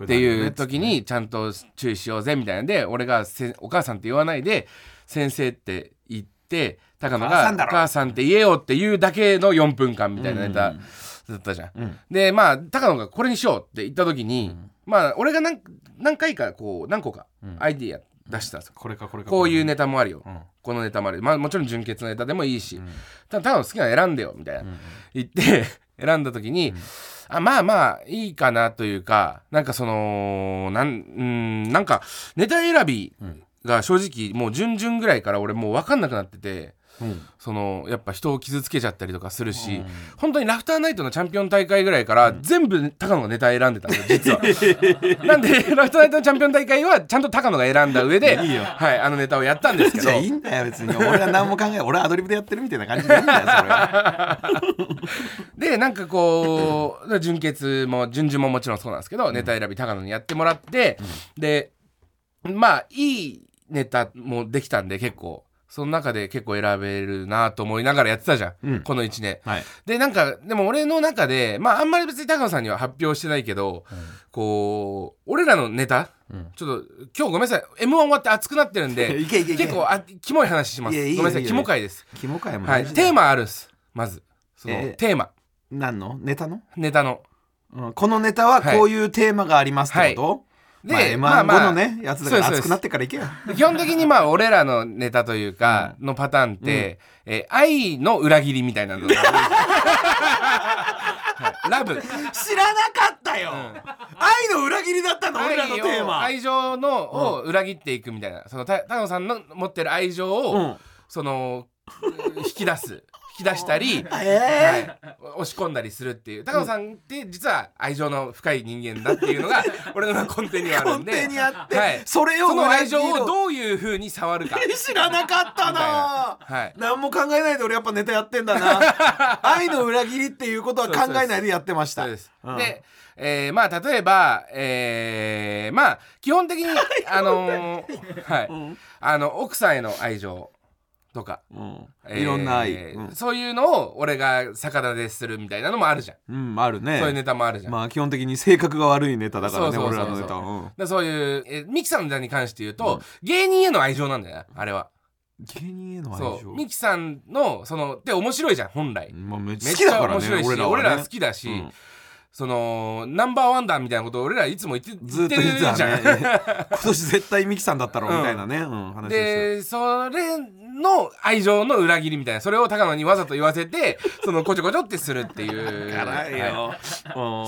B: なんだ
C: い
B: よ
C: う
B: ね
C: 時にちゃんと注意しようぜみたいなんで俺がせ「お母さん」って言わないで「先生」って言って高野
B: お母さ
C: が
B: ん
C: 「
B: だ
C: お
B: ろ
C: 母さんって言えよ」っていうだけの4分間みたいなネタだったじゃん。でまあ高野が「これにしよう」って言った時に、まあ俺が何何回かこう何個かアイディア出したんですよ
B: これかこれか
C: こういう
B: う
C: ネタもあるよ、このネタもあるよ、まあ、もちろん純潔のネタでもいいし、ただ高野好きなの選んでよみたいな、言って 選んだ時に、あまあまあいいかなというかなんかそのなんうんなんかネタ選びが正直もう順々ぐらいから俺もう分かんなくなってて。そのやっぱ人を傷つけちゃったりとかするし、本当にラフターナイトのチャンピオン大会ぐらいから全部高野がネタ選ん でたんですよ実はなんでラフターナイトのチャンピオン大会はちゃんと高野が選んだ上で
B: いいよ
C: はい、あのネタをやったんですけ
B: じ
C: ど
B: ゃあいいんだよ別に俺は何も考えない俺はアドリブでやってるみたいな感じでいいんだよそれは
C: でなんかこう純潔も準々ももちろんそうなんですけど、ネタ選び高野にやってもらって、でまあいいネタもできたんで結構その中で結構選べるなと思いながらやってたじゃん、
B: うん
C: この1年。
B: はい
C: でなんかでも俺の中でまああんまり別に高野さんには発表してないけど、こう俺らのネタ、ちょっと今日ごめんなさい m 1終わって熱くなってるんで
B: いけいけいけ
C: 結構あキモい話します
B: いやいいよ
C: ごめんなさ
B: い
C: い
B: いよ
C: キモ回です。
B: キモ会も
C: は
B: 大
C: い、
B: 事だ
C: テ
B: よ
C: ーマあるっすまずその、
B: ええ
C: テーマ
B: 何のネタの
C: ネタの
B: うんこのネタはこういうテーマがありますってこと、
C: はいで
B: まあ、M1
C: まあ
B: 後
C: まあ
B: のね、やつだから
C: そうです
B: 熱くなってからいけよ。
C: で基本的にまあ俺らのネタというかのパターンって、えー愛の裏切りみたいなの が多いはいラブ
B: 知らなかったよ、愛の裏切りだったの俺らのテーマ。
C: 愛情のを裏切っていくみたいなそのた高野さんの持ってる愛情を、
B: うん
C: その引き出す引き出し たり、
B: え
C: 押し込んだりするっていう高野さんって実は愛情の深い人間だっていう のが俺の根底にはあ
B: ー、
C: るん
B: 根
C: で
B: 底にあって、
C: はい
B: それを
C: その
B: 裏
C: 愛
B: 切ろ
C: 情
B: う
C: をどういう風に触るか
B: 知らなかったな
C: みたいなはい
B: 何も考えないで俺やっぱネタやってんだ な愛の裏切りっていうことは考えないでやって まし
C: そ
B: た
C: うです、
B: うん
C: で、えーまあ例えば、えーまあ基本 的にあのーはい、あの奥さんへの愛情とか、
B: うん
C: えー
B: いろんな愛、うん
C: そういうのを俺が魚でするみたいなのもあるじゃん、
B: うんあるね
C: そういうネタもあるじゃん、
B: まあ基本的に性格が悪いネタだからね
C: そうそうそうそう
B: 俺らのネタは、うん
C: でそういう、えーミキさんのネタに関して言うと、芸人への愛情なんだよなあれは
B: 芸人への愛
C: そ
B: 情
C: うミキさんのそのって面白いじゃん本来、
B: まあ、めっち
C: め
B: ゃ
C: っ
B: 好き
C: ち
B: だ
C: ゃ
B: から
C: 面
B: ね
C: 白いし俺ら,、
B: はね
C: 好きだし、
B: うん
C: そのナンバーワンだみたいなことを俺らいつも言って
B: ずっと言
C: 言
B: っ
C: ってて
B: た
C: る
B: ね
C: じ ゃん
B: 今年絶対ミキさんだったろうみたいなね、うん話をして
C: でそれの愛情の裏切りみたいなそれを高野にわざと言わせてそのこちょこちょってするっていう
B: た 辛い
C: は
B: よ、う
C: い
B: ん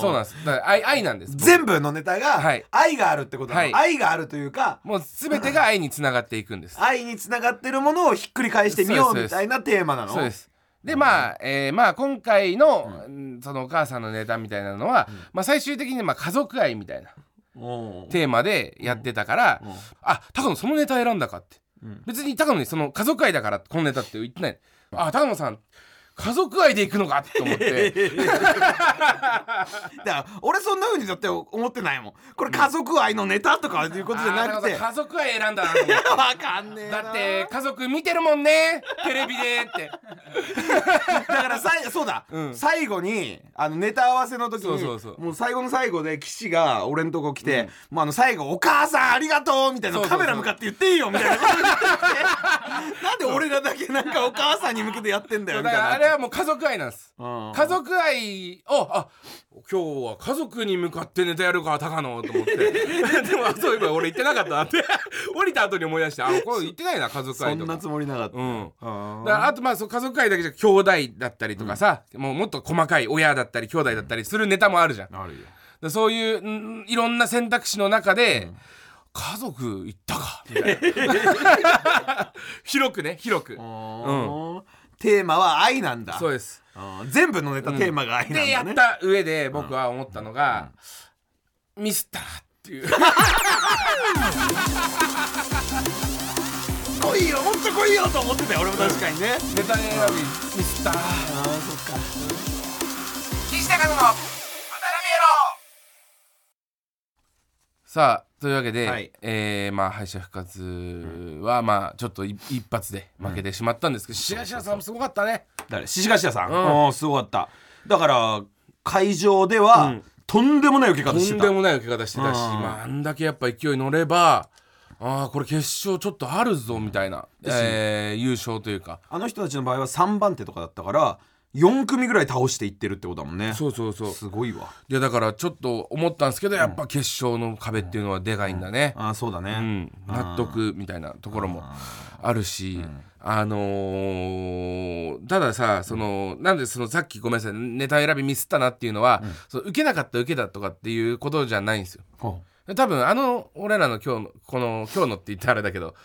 C: そうなんですだから愛愛なんです
B: 全部のネタが
C: はい
B: 愛があるってことなの、
C: はい
B: 愛があるというか
C: もう全てが愛につながっていくんです
B: 愛につながってるものをひっくり返してみよ
C: そう
B: う
C: です
B: みたいなテーマなの
C: そうですでまあ、えーまあ今回の、うんそのお母さんのネタみたいなのは、まあ、最終的にまあ家族愛みたいな
B: おう
C: テーマでやってたから、
B: うん
C: あ高野そのネタ 選んだかって、
B: うん
C: 別に高野にその家族愛だからこのネタって言ってないあ高野さん家族愛で行くのかと思って
B: だから俺そんな風にだって思ってないもんこれ家族愛のネタとかいう ことじゃなくて
C: あーだからさ家族愛選んだ なと思って
B: わかんねえな
C: だって家族見てるもんねテレビで って
B: だからさいそうだ、最後にあのネタ合わせの時に
C: そうそうそう
B: もう最後の最後で岸が俺のとこ来て、もうあの最後「お母さんありがとう」みたいな
C: そうそうそう
B: カメラ向かって言っていいよみたいなこと言って きてなんで俺らだけなんかお母さんに向けてやってんだよ
C: だ
B: み
C: か
B: たい
C: らあ
B: な。
C: れはもう家族愛なんです
B: うん
C: 家族愛をあ今日は家族に向かってネタやるか高野と思って でもそういえば俺言ってなかったなって 降りた後に思い出してあこれ言ってないな家族
B: そ
C: 愛
B: ん
C: と
B: な
C: か
B: つもりなかった、
C: うん
B: あー
C: だからあとまあそう家族愛だけじゃ兄弟だったりとかさ、もうもっと細かい親だったり兄弟だったりするネタもあるじゃん、
B: あるよ
C: でそういうんいろんな選択肢の中で、家族行ったかみたいな 広くね広く
B: うんテーマは愛なんだ
C: そうです
B: あー全部のネタテーマが愛なんだ
C: で
B: ね、
C: やった上で僕は思ったのが、ミスったなっていう
B: 来いよもっと来いよと思ってたよ俺も確かにね、
C: ネタ選びミスったな
B: ああそっか
C: 岸高野の渡辺さあというわけで、
B: はい
C: えーまあ敗者復活はまあちょっとい一発で負けてしまったんですけど、白石さんもすごかったね
B: 誰シシガシラさん、
C: うん
B: おーすごかっただから会場では、とんでもない受け
C: と
B: 方して
C: ん
B: た
C: でもない受け方してたし、
B: うん
C: まあ、あんだけやっぱ勢い乗ればああこれ決勝ちょっとあるぞみたいな、えー優勝というか
B: あの人たちの場合は3番手とかだったから4組ぐらい倒していってるってことだもんね
C: そうそうそう
B: すごいわ
C: いやだからちょっと思ったんですけどやっぱ決勝の壁っていうのはでかいんだね、
B: ああそうだね、
C: うん、納得みたいなところもあるし、あのーたださそのなんでそのさっきごめんなさいネタ選びミスったなっていうのは、その受けなかった受けたとかっていうことじゃないんですよ。
B: ほう
C: 多分あの俺らの今日のこの今日のって言ったらあれだけど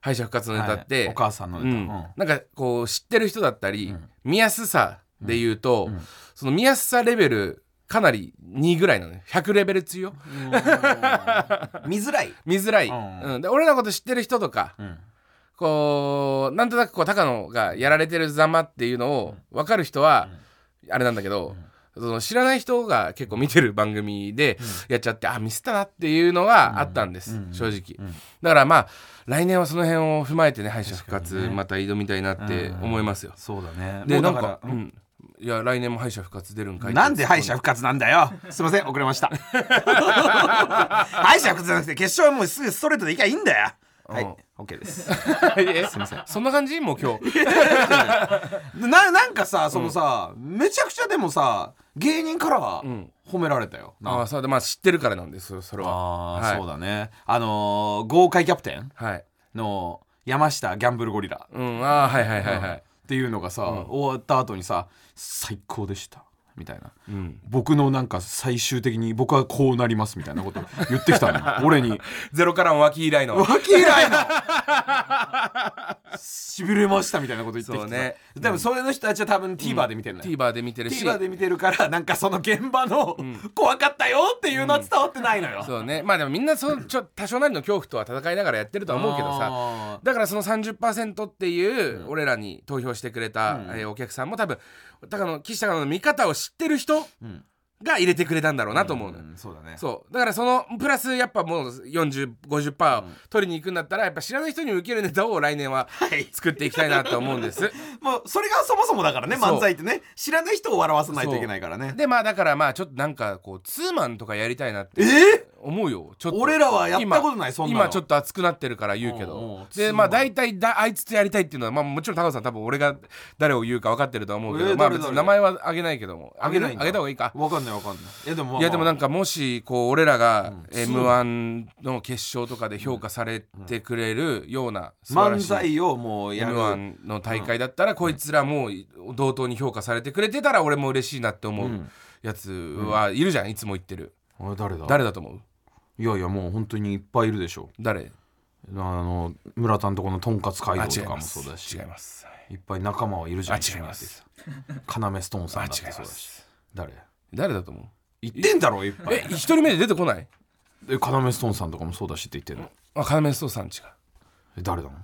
C: 敗者復活のネタって、
B: はいお母さんのネタ
C: うん
B: うん
C: なんかこう知ってる人だったり、見やすさで言うと、その見やすさレベルかなり2ぐらいなのね100レベル強
B: 見づらい、
C: 見づらい、
B: うん
C: うんで俺らのこと知ってる人とか、こうなんとなくこう高野がやられてるざまっていうのを分かる人は、あれなんだけど、その知らない人が結構見てる番組でやっちゃって、あミスったなっていうのはあったんです、正直、だからまあ来年はその辺を踏まえてね敗者復活また挑みたいなって思いますよ、
B: そうだね
C: で
B: も
C: な
B: うんだ
C: からうん、いや来年も敗者復活出るんかいって
B: なんで 敗者復活なんだよすいません遅れました敗者復活じゃなくて決勝はもうすぐストレートでいきゃいいんだよはい OK です
C: えそんな感じもう今 日
B: な なんかさそのさ、めちゃくちゃでもさ芸人からは褒められたよ、なんか
C: ああそうでまあ知ってるからなんですそれは
B: あー
C: はい
B: そうだねあのー豪快キャプテン
C: はい
B: の山下ギャンブルゴリラ
C: うんああはいはいはいはい、
B: っていうのがさ、終わった後にさ「最高でした」みたいな、
C: ん
B: 僕のなんか最終的に僕はこうなりますみたいなこと言ってきたの 俺に
C: ゼロからの脇以来の
B: 脇嫌い のしびれましたみたいなこと言ってきてさ、
C: そうね
B: でもそれの人たちは多分 TVer で見てるのよ、
C: TVer で見てるし
B: TVer で見てるからなんかその現場の、怖かったよっていうのは伝わってないのよ、
C: そうねまあでもみんなそちょ多少なりの恐怖とは戦いながらやってるとは思うけどさ
B: あー
C: だからその30%っていう俺らに投票してくれた、えーお客さんも多分高野岸高野の見方を知ってる人
B: ん
C: が入れてくれたんだろうなと思うのよ、
B: うんそうだね
C: そうだからそのプラスやっぱもう4050%を取りに行くんだったらやっぱ知らない人に受けるネタを来年はい作っていきたいなと思うんです。
B: もうそれがそもそもだからね
C: そう
B: 漫才ってね知らない人を笑わさないといけないからね
C: でまあだからまあちょっとなんかこうツーマンとかやりたいなって
B: え
C: 思うよちょっと
B: 俺らはやったことない
C: 今
B: そんなの
C: 今ちょっと熱くなってるから言うけ
B: おうおう
C: ど
B: すごい
C: でまあ大体だあいつとやりたいっていうのはまあもちろん高野さん多分俺が誰を言うか分かってるとは思うけど、
B: えー
C: まあ
B: 誰
C: 別に
B: 誰
C: 名前はあげないけどもあげる
B: あげないんだ
C: あげた方がいいか
B: わかんないわかんないいやでもまあまあ
C: いやでもなんかもしこう俺らが m 1の決勝とかで評価されてくれるような素晴ら
B: 漫
C: しい
B: 才をもうや
C: m
B: る
C: 1の大会だったらこいつらも同等に評価されてくれてたら俺も嬉しいなって思うやつはいるじゃんいつも言ってる
B: 俺誰だ
C: 誰だと思う
B: いやいやもう本当にいっぱいいるでしょ
C: 誰
B: あの村田のとこのとんかつ街
C: あ
B: 道
C: 違
B: と
C: い
B: かも
C: ます
B: そうだし
C: 違います
B: いっぱい仲間はいるじゃん
C: あ違います
B: 要ストーンさんだって
C: あ違い
B: そう
C: ま
B: だし
C: す
B: 誰
C: 誰だと思う
B: 言ってんだろいっぱい
C: え一人目で出てこない
B: え要ストーンさんとかもそうだしって言ってんの
C: あ要ストーンさん違う
B: え誰だの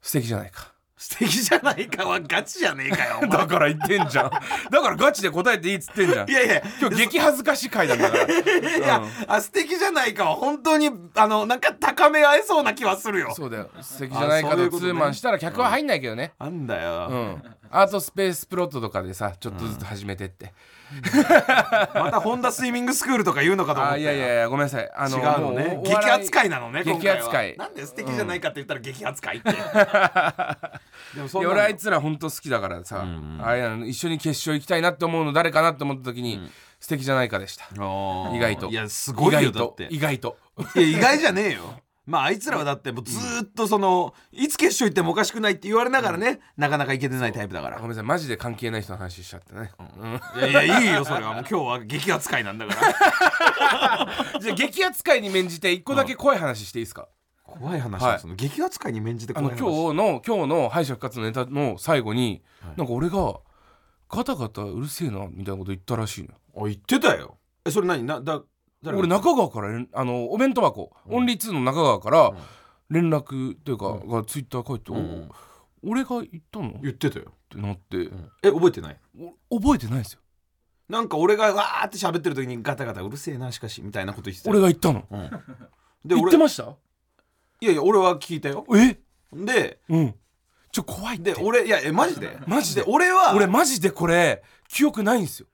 C: 素敵じゃないか
B: 素敵じゃないかはガチじゃねえか よお前
C: だから言ってんじゃんだからガチで答えていいっつってんじゃん
B: いやいや
C: 今日激恥ずかしい回なんだから
B: いや、あ素敵じゃないかは本当にあのなんか高め合えそうな気はするよ
C: そうだよ素敵じゃないか
B: あそうい
C: と
B: うこと
C: ツ
B: ね
C: ーマンしたら客は入んないけどね
B: なんだよ、
C: うんアートスペースプロットとかでさちょっとずつ始めてって、
B: またホンダスイミングスクールとか言うのかと思っ
C: あ
B: た
C: い
B: よ
C: やいやいやごめんなさいあの
B: 違うのね
C: もお
B: 激
C: 笑
B: 扱いなのね今回は
C: 激扱い
B: なんで素敵じゃないかって言ったら激扱いってでもそん
C: い
B: な
C: や
B: の
C: 俺あいつら本当好きだからさ、あれなの一緒に決勝行きたいなって思うの誰かなって思った時に、素敵じゃないかでした
B: あー
C: 意外と
B: いやすごい
C: 意
B: よ
C: 外
B: だっ
C: と
B: て
C: 意外と
B: いや意外じゃねえよまああいつらはだってもうずーっとそのいつ決勝行ってもおかしくないって言われながらね、なかなかいけてないタイプだか
C: ご
B: ら
C: めんなさいマジで関係ない人の話しちゃってね、
B: いやいやいいよそれはもう今日は激扱いなんだから
C: じゃあ激扱いに免じて一個だけ怖い話していいですか、
B: 怖い話
C: はい
B: その激扱いに免じて
C: あ
B: 怖
C: の
B: い
C: 今
B: 話
C: 日の今日の敗者復活のネタの最後に、なんか俺がガタガタうるせえなみたいなこと言ったらしいのよ
B: あ言ってたよえそれ何なだ誰が
C: 俺中川から連あのお弁当箱、オンリー2の中川から連絡というか、がツイッター返って、
B: ん
C: お俺が言ったのっ
B: 言ってたよ
C: てなって、
B: え覚えてない
C: お覚えてないですよ
B: なんか俺がわーって喋ってる時にガタガタうるせえなしかしみたいなこと言ってたよ
C: 俺が言ったの
B: で
C: 言っ
B: 俺
C: てました
B: いやいや俺は聞いたよ
C: え
B: で
C: うんちょ怖いって
B: で俺いやえマジで
C: マジで
B: 俺は
C: 俺マジでこれ記憶ないんですよ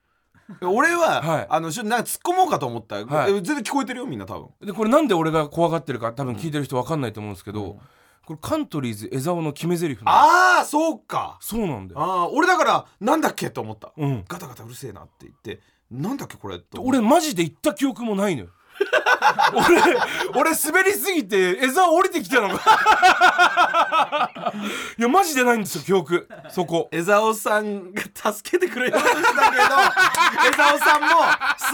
B: 俺は、
C: はい
B: あのちょっとなんか突っ込もうかと思った、
C: はい
B: え全然聞こえてるよみんな多分
C: でこれなんで俺が怖がってるか多分聞いてる人分かんないと思うんですけど、これカントリーズ江沢の決め台詞なんです
B: ああそうか
C: そうなんだよ
B: あー俺だからなんだっけと思った、
C: うん
B: ガタガタうるせえなって言ってなんだっけこれって
C: 俺マジで言った記憶もな いのよ俺俺滑りすぎて江沢降りてき たのかいやマジでないんですよ記憶そこ
B: 江沢さんが助けてくれようとしたけ ど江沢さんも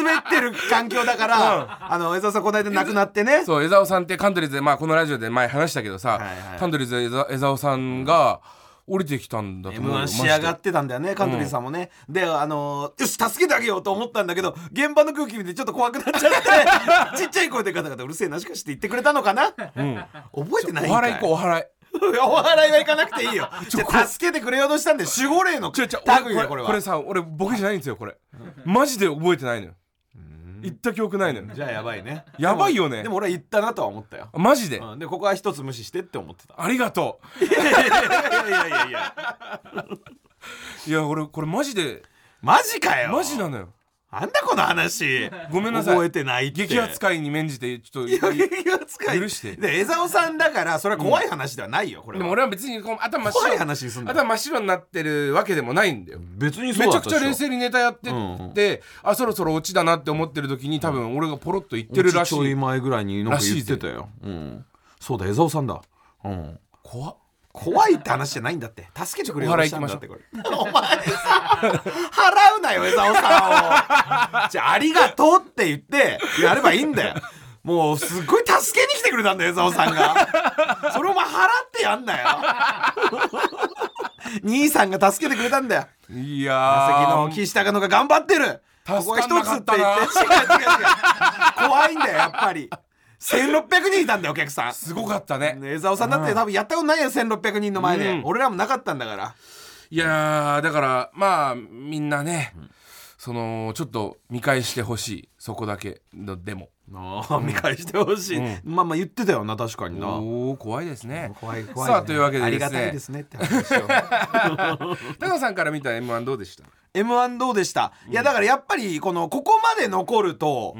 B: 滑ってる環境だから、あの江沢さんこの間亡くなってね
C: そう江沢さんってカントリーズで、まあ、このラジオで前話したけどさ、
B: はいはい
C: カントリーズで江沢江沢さんが降りてきたんだと思う
B: M1
C: よ
B: 仕上がってたんだよねカントリーさんもね、であのーよし助けてあげようと思ったんだけど現場の空気見てちょっと怖くなっちゃって ちっちゃい声でガタガタうるせえなしかして言ってくれたのかな、覚えて
C: マ
B: ない
C: ジで
B: ん
C: お
B: か
C: 祓い
B: い
C: 行こうお祓い
B: お笑いは行かなくていいよじゃあ助けてくれようとしたんで守護霊の
C: 違う違う
B: 類
C: 俺
B: だ
C: こ
B: これ
C: れ
B: は
C: これさ俺ボケじゃないんですよこれマジで覚えてないのよ言った記憶ないのよ
B: じゃあやばいね
C: やばいよね
B: でも俺は言ったなとは思ったよ、
C: マジで、
B: うん、でここは一つ無視してって思ってた
C: ありがと
B: いやいやいやいやいや
C: ういや俺これマジで
B: マジかよ
C: マジなのよ
B: なんだこの話
C: ごめんなさい
B: 覚えてないって
C: 激扱いに免じてちょっと
B: いや 激扱い
C: 許して
B: で江沢さんだからそれは怖い話ではないよこれ
C: で
B: は
C: も俺は別にこう頭真っ
B: 怖い
C: 白
B: 話にすんな
C: 頭真っ白になってるわけでもないんだよ
B: 別に
C: めちゃくちゃ冷
B: に
C: 静にネタやってって、あそろそろオチだなって思ってる時に多分俺がポロッと言ってるらし
B: ちょい
C: い
B: 前ぐらいになんか言ってたよ、うん、そうだ江沢さんだうん
C: 怖っ
B: 怖いって話じゃないんだって助けてくれよ
C: お祓い
B: したんだってこれお前さ払うなよ江沢さんをじゃあありがとうって言ってやればいいんだよもうすっごい助けに来てくれたんだよ江沢さんがそれお前払ってやんなよ兄さんが助けてくれたんだよ関
C: いや
B: の岸高野が頑張ってるここ
C: 助
B: は
C: か
B: 一
C: んな
B: つ
C: か
B: っ
C: ってたな
B: 言って違う違う違う怖いんだよやっぱり1600人いたんだよお客さん
C: すごかったね
B: ね江沢さんだって多分やったことないよ1600人の前で、
C: うん
B: 俺らもなかったんだから
C: いやーだからまあみんなね、そのちょっと見返してほしいそこだけのでも
B: 見返してほしい、まあまあ言ってたよな確かにな
C: おお怖いですね
B: 怖い怖い、
C: さあというわけで
B: あ
C: ですね
B: りがたいですねって話を
C: 高野さんから見た m 1どうでした
B: m 1どうでした、いやだからやっぱりこのここまで残ると、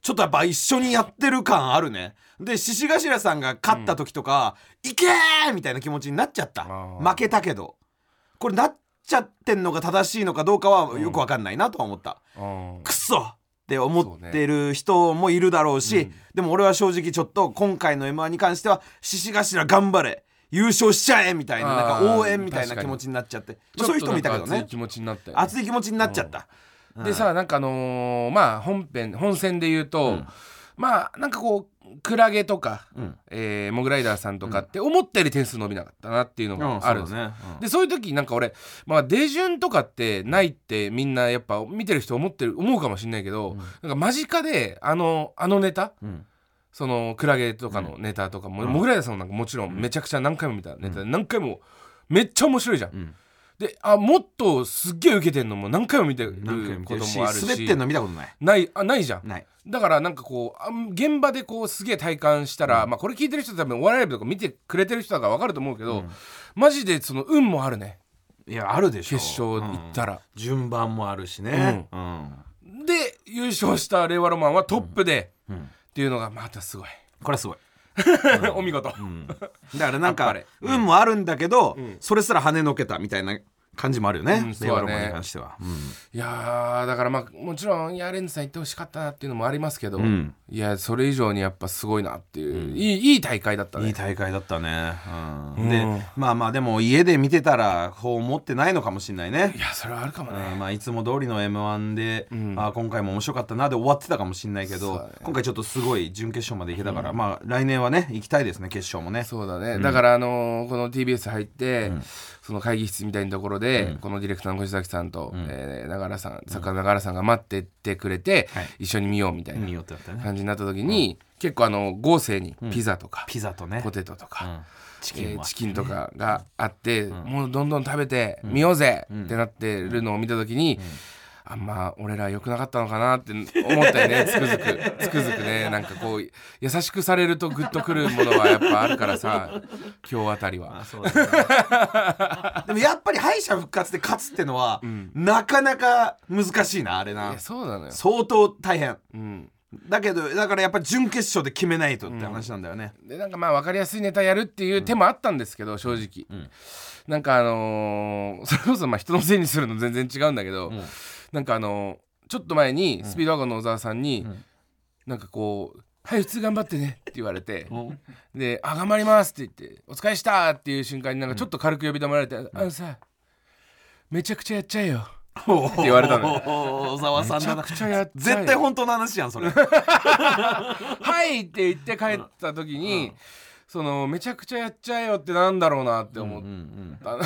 B: ちょっとやっぱ一緒にやってる感あるねで獅子頭さんが勝った時とか「いけー!」みたいな気持ちになっちゃった
C: あー
B: 負けたけどこれなっちゃってんのが正しいのかどうかはよく分かんないなとは思った、
C: うん
B: くそって思ってる人もいるだろうしでも俺は正直ちょっと今回の m 1に関しては獅子頭頑張れ優勝しちゃえみたいなな
C: あー
B: んか応援みたいな
C: 確か
B: 気
C: に
B: 持ちになっちゃってまあそういう人もいたけど
C: ちょっとなんか熱
B: ね
C: い気持ちになったよね
B: 熱い気持ちになっちゃった、
C: でさなんかあのーまあ本編本戦で言うと、まあなんかこうクラゲとか、えーモグライダーさんとかって思ったより点数伸びなかったなっていうのがあるんですよ、
B: ね、
C: でそういう時なんか俺、まあ、出順とかってないってみんなやっぱ見てる人思ってる思うかもしんないけど、なんか間近であのあのネタ、
B: ん
C: そのクラゲとかのネタとかも、モグライダーさんもなんかもちろんめちゃくちゃ何回も見たネタで何回も。めっちゃ面白いじゃん、であもっとすっげえ受けてんのも何回も見てる
B: 何回も見
C: こ
B: て
C: と
B: るし
C: もあるし
B: 滑ってんの見たことない
C: ないあないじゃん
B: ない
C: だからなんかこうあん現場でこうすげえ体感したら、まあこれ聞いてる人多分お笑いライブとか見てくれてる人だから分かると思うけど、マジでその運もあるね
B: いやあるでしょ
C: 決勝行ったら、
B: うん順番もあるしねうん、
C: で優勝した令和ロマンはトップで、っていうのがまたすごい
B: これはすごい
C: お見事、
B: だからなん
C: あっぱ
B: か
C: れ
B: 運もあるんだけど、それすら跳ねのけたみたいな感じもあるよね、
C: うんそう
B: 令和
C: だね
B: ロマンに関しては、う
C: いやーだからまあもちろんいやレンズさん行ってほしかったなっていうのもありますけど、
B: ん
C: いやそれ以上にやっぱすごいなっていう、いいいい大会だった
B: んいい
C: ね
B: 大会だったね、うん
C: ん
B: でまあまあでも家で見てたらこう思ってないのかもしれないね
C: いやそれはあるかもね、
B: うんまあ、いつも通りの m 1で、あー今回も面白かったなで終わってたかもしれないけど、
C: そうだね
B: 今回ちょっとすごい準決勝まで行けたから、まあ来年はね行きたいですね決勝もね
C: そうだね、だからあのーこの TBS 入って、その会議室みたいなところで、このディレクターの越崎さんと、えー永原さん作家の永原さんが待っててくれて、
B: はい
C: 一緒に見ようみたい
B: 見
C: な
B: ようってなったね
C: 感じになった時に、結構あの豪勢にピザとか、
B: ピザとね
C: ポテトとか、
B: チ
C: えーチキ
B: ン
C: ンとかがあって、もうどんどん食べて見ようぜってなってるのを見た時に、あんま俺ら良くなかったのかなって思ったよね つくづくつくづくねなんかこう優しくされるとグッとくるものはやっぱあるから さ今日あたりは。
B: そうだね でもやっぱり敗者復活で勝つってのは、なかなか難しいなあれ
C: い
B: な
C: やそうなのよ、
B: 相当大変
C: うん、
B: だけどだからやっぱ準決勝で決めないとって話なんだよね、
C: でなんかまあ分かりやすいネタやるっていう手もあったんですけど正直、なんかあのーそれ こそまあ人のせいにするの全然違うんだけど、なんかあのーちょっと前にスピードワゴンの小沢さんに、なんかこう「はい普通頑張ってね」って言われて「であ頑張ります」って言って「お疲れした」っていう瞬間になんかちょっと軽く呼び止められて「あのさめちゃくちゃやっちゃえよ」って言われたのよ
B: 小沢さんだな
C: めちゃくちゃやっちゃえよ
B: 絶対本当の話やんそれ
C: はいって言って帰った時に、そのめちゃくちゃやっちゃえよってなんだろうなって思って、
B: ま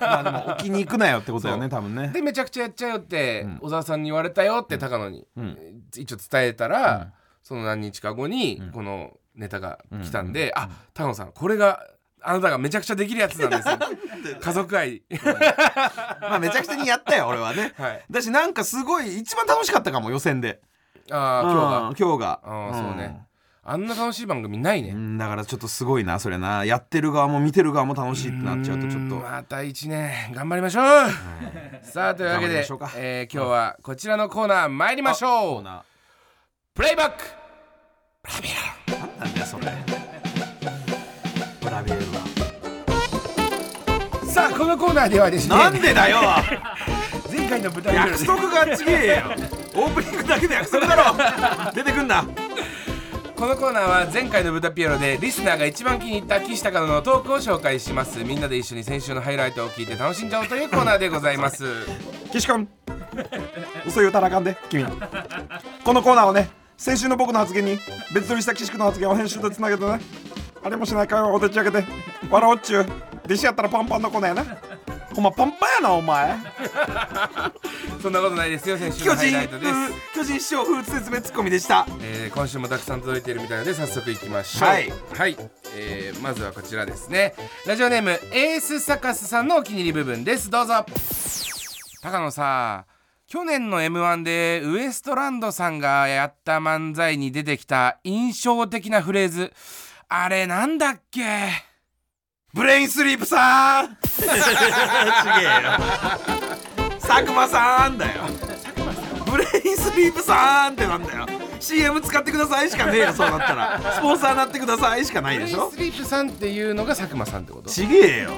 B: あでも置きに行くなよってことだよね多分ね
C: でめちゃくちゃやっちゃえよって、小沢さんに言われたよって高野に、一応伝えたら、その何日か後にこのネタが来たんで、あ高野さんこれがあなたがめちゃくちゃできるやつなんですよ家族 愛
B: まあめちゃくちゃにやったよ俺はね、
C: はい
B: だしなんかすごい一番楽しかったかも予選で
C: ああ今日が
B: 日が今日が
C: あーそうね、あんな楽しい番組ないね、
B: うんだからちょっとすごいなそれなやってる側も見てる側も楽しいってなっちゃうとちょっと
C: んまた一年頑張りましょう、さあというわ
B: 頑張り
C: け
B: ま
C: で
B: しょうか、
C: えー今日はこちらのコーナー参りましょう、
B: な
C: プレイバック
B: なんだよそれブラビエルは
C: さあこのコーナーではですね
B: なんでだよ
C: 前回の舞台
B: 約束がちげえよオープニングだけで約束だろ出てくんな
C: このコーナーは前回の「ブタピエロ」でリスナーが一番気に入った岸高野のトークを紹介しますみんなで一緒に先週のハイライトを聞いて楽しんじゃおうというコーナーでございます
B: 岸君嘘言うたらあかんで君このコーナーをね先週の僕の発言に別撮りした岸君の発言を編集とつなげてねあれもしない会話をおでっち上げて笑おうっちゅう弟子やったらパンパンのコーナーやなほんまパンパンやなお前
C: そんなことないですよ先週
B: 巨
C: のハイ
B: 人
C: ライトです、
B: 巨人師匠風説明ツッコミでした
C: えー今週もたくさん届いているみたいので早速いきましょう
B: はい、
C: えーまずはこちらですねラジオネームエースサカスさんのお気に入り部分ですどうぞ高野さ去年の m 1でウエストランドさんがやった漫才に出てきた印象的なフレーズあれなんだっけ
B: ブレインスリープさんちげえよ佐久間さんだよブレインスリープさんってなんだよ CM 使ってくださいしかねえよそうなったらスポンサーになってくださいしかない
C: ブレ
B: で
C: イン
B: し
C: ス
B: ょ
C: リープさんっていうのが佐久間さんってこと
B: ちげえよ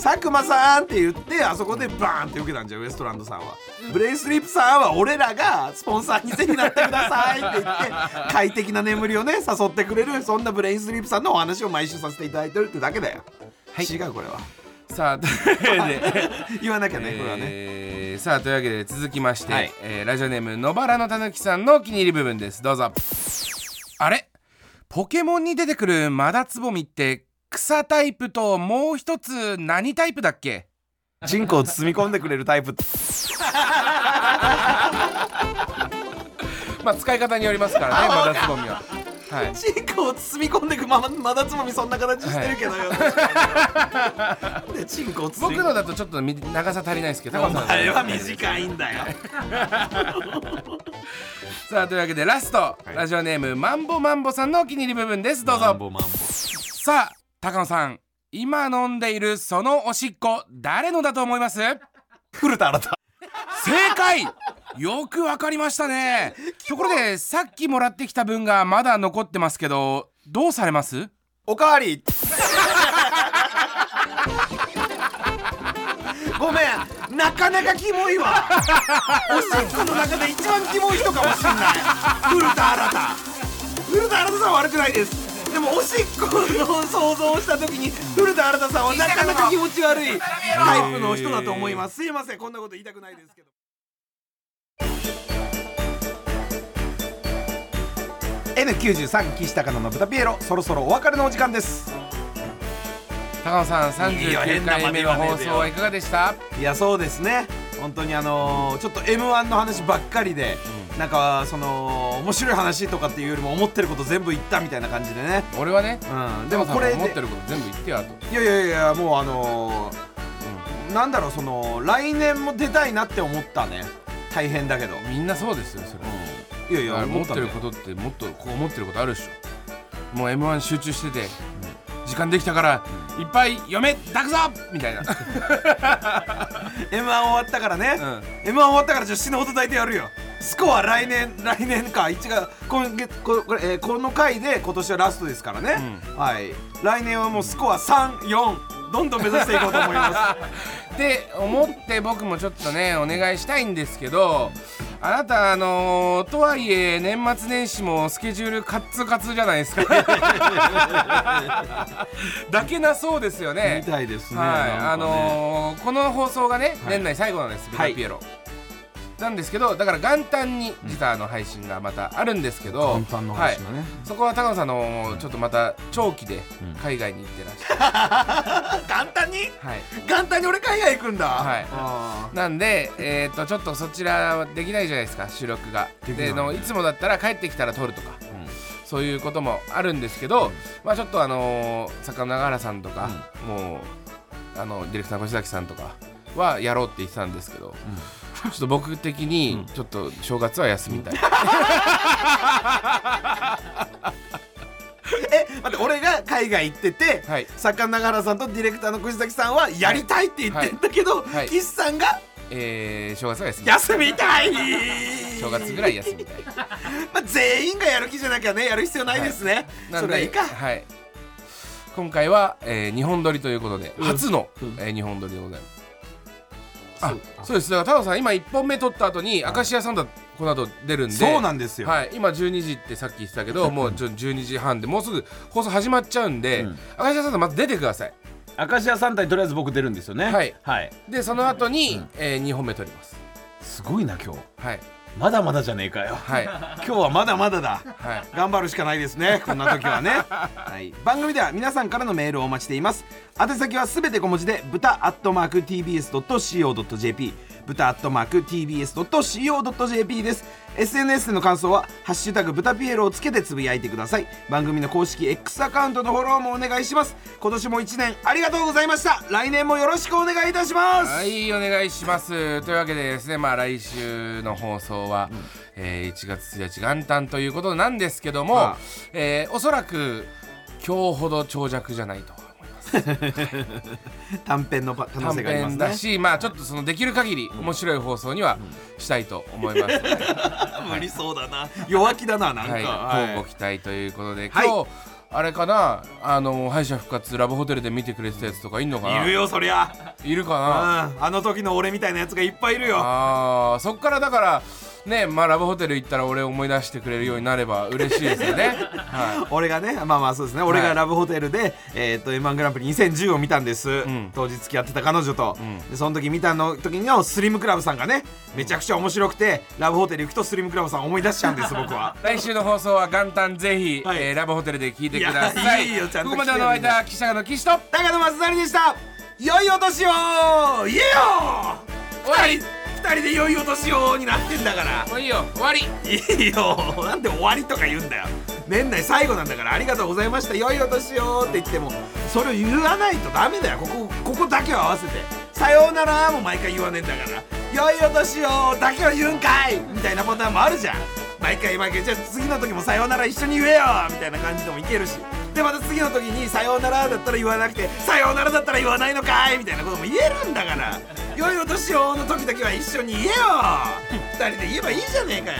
B: 佐久間さんって言ってあそこでバーンって受けたんじゃんウエストランドさんはブレインスリープさんは俺らがスポンサーにぜひなってくださいって言って快適な眠りをね誘ってくれるそんなブレインスリープさんのお話を毎週させていただいてるってだけだよ、違うこれは
C: さあというわけで
B: 言わなきゃねこれはね
C: えーさあというわけで続きまして、
B: はい
C: えーラジオネーム野原のたぬきさんのお気に入り部分ですどうぞあれポケモンに出てくるマダツボミって草タイプともう一つ何タイプだっけ
B: 人口を包み込んでくれるタイプ
C: まあ使い方によりますからねマダツボミははい
B: チークを包み込んでいくまままだつまみそんな形してるけど よ、なんでチンコを包
C: 僕
B: み込んで
C: のだとちょっとみ長さ足りないですけど
B: お前は短いん だよ
C: さあというわけでラスト、
B: い
C: ラジオネームマンボマンボさんのお気に入り部分ですどう
B: マン
C: ぞ
B: ボマンボ
C: さあ高野さん今飲んでいるそのおしっこ誰のだと思います
B: 古田新太
C: 正解よくわかりましたねところでさっきもらってきた分がまだ残ってますけどどうされます
B: おかわりごめんなかなかキモいわおしっこの中で一番キモい人かもしんない古田新太古田新太さんは悪くないですでもおしっこの想像をした時に古田新太さんはなかなか気持ち悪いタイプの人だと思いますすいませんこんなこと言いたくないですけど N93 岸高野の豚ピエロそろそろお別れのお時間です
C: 高野さん
B: いいよ変
C: 39
B: な真
C: 回
B: 似
C: 目
B: は
C: の
B: ねえでよ
C: 放送はいかがでした
B: いやそうですね本当にあのーちょっと m 1の話ばっかりで、なんかその面白い話とかっていうよりも思ってること全部言ったみたいな感じでね、
C: 俺はね
B: うん、で
C: で
B: も
C: も
B: こ
C: こ
B: れ
C: れ
B: で
C: 思ってること全部言ってよあと
B: いやいやいやもうあのーなんだろうその来年も出たいなって思ったね大変だけど、
C: みんなそうですよそ
B: い
C: れ
B: やい
C: い
B: や
C: や
B: 思
C: 思
B: っ
C: ったて
B: んだ
C: る
B: よ
C: ことってもっとこう思ってることあるでしょもう m 1集中してて、時間できたから、いっぱい嫁抱くぞみたいな
B: m 1終わったからね、m 1終わったからじゃあ死ぬほど抱いてやるよスコア来年来年か1月今月ここれ、えーこの回で今年はラストですからね、はい来年はもうスコア34どんどん目指していこうと思い ます
C: って思って僕もちょっとねお願いしたいんですけどあなたあのーとはいえ年末年始もスケジュールカッツカツじゃないで すかだけなそうですよね
B: みたいですね
C: はい、
B: なんかね
C: あのーこの放送がね、年内最後なんです「ビ
B: はい
C: タピエロ」なんですけどだから元旦に実はあの配信がまたあるんですけど、
B: 簡単な話だね、
C: そこは高野さんのちょっとまた長期で海外に行ってらっしゃ る、
B: 簡単に
C: はい
B: 簡単に俺海外行くんだ
C: はい
B: あ
C: なんで、えー、とちょっとそちらはできないじゃないですか収録が
B: で
C: で
B: きない
C: あのいつもだったら帰ってきたら撮るとか、そういうこともあるんですけど、まあちょっとあのー坂野永原さんとか、もうあのディレクターの越崎さんとかはやろうって言ってたんですけど、ちょっと僕的にちょっと正月は休みたい、
B: ーえ待って俺が海外行ってて、
C: はい
B: 作家の永原さんとディレクターの越崎さんはやりたいって言ってんだけど、
C: いはい
B: 岸さんが
C: えー正月は休みたい
B: 休みたい
C: 正月ぐらい休みたい
B: まあ、全員がやる気じゃなきゃねやる必要ないですね、
C: なん
B: そ
C: で
B: れはいいか
C: はい、今回は、えー、日本撮りということで、初の、えー、日本撮りでございますあそうですだから太郎さん今1本目撮った後に明石家さんだこの後出るんで
B: そうなんですよ
C: はい、今12時ってさっき言ってたけ どもうちょ12時半でもうすぐ放送始まっちゃうんで、明石家さんだまず出てください
B: 明石家さんたにとりあえず僕出るんですよね
C: はい
B: はい、
C: でその後に、えー、2本目撮ります
B: すごいな今日
C: はい
B: まだまだじゃねえかよ
C: はい
B: 今日はまだまだだ
C: はい
B: 頑張るしかないです ねこんな時はね、はい、番組では皆さんからのメールをお待ちしています宛先はすべて小文字で豚アットマーク TBS.CO.JP 豚アットマーク TBS.CO.JP です SNS での感想は「ハッシュタグ豚ピエロ」をつけてつぶやいてください番組の公式 X アカウントのフォローもお願いします今年も1年ありがとうございました来年もよろしくお願いいたします、
C: はいお願いしますというわけでですねまあ来週の放送は、えー1月1日元旦ということなんですけども、
B: ああ
C: えーおそらく今日ほど長尺じゃないと思います
B: 短編のパ可能
C: 短
B: 性があります
C: 編
B: ね
C: だしまあちょっとそのできる限り面白い放送にはしたいと 思いますので、
B: 無理そうだな弱気だななんか、
C: はい
B: はい
C: 乞うご期待ということで今
B: はい
C: 日、あれかなあの敗者復活ラブホテルで見てくれてたやつとかいんのかない
B: るよそりゃ
C: いるか
B: うん
C: な
B: あの時の俺みたいなやつがいっぱいいるよ
C: あーそっからだからねまあラブホテル行ったら俺を思い出してくれるようになれば嬉しいです よね、は
B: 俺がねまあまあそうですね俺がラブホテルで、えーっと m 1グランプリ2010を見たんです、
C: ん
B: 当時付き合ってた彼女と、
C: ん
B: でその時見たの時のスリムクラブさんがねめちゃくちゃ面白くてラブホテル行くとスリムクラブさん思い出しちゃうん です僕は
C: い、来週の放送は元旦ぜひ、
B: はい
C: えーラブホテルで聞いてください
B: いやいいよちゃんと
C: ここまでのお相手は記者の岸と
B: 高野松成でした良いお年を言えよ
C: 終わり
B: 二人で良いお年をになってんだから
C: もういいよ終わり
B: いいよなんで終わりとか言うんだよ年内最後なんだからありがとうございました良いお年をって言ってもそれを言わないとダメだよここここだけを合わせてさようならも毎回言わねえんだから良いお年をだけは言うんかいみたいなパターンもあるじゃん毎回毎回じゃあ次の時もさようなら一緒に言えよみたいな感じでもいけるしでまた次の時にさようならだったら言わなくてさようならだったら言わないのかいみたいなことも言えるんだから良いお年をの時だけは一緒に言えよ二人で言えばいいじゃねえかよ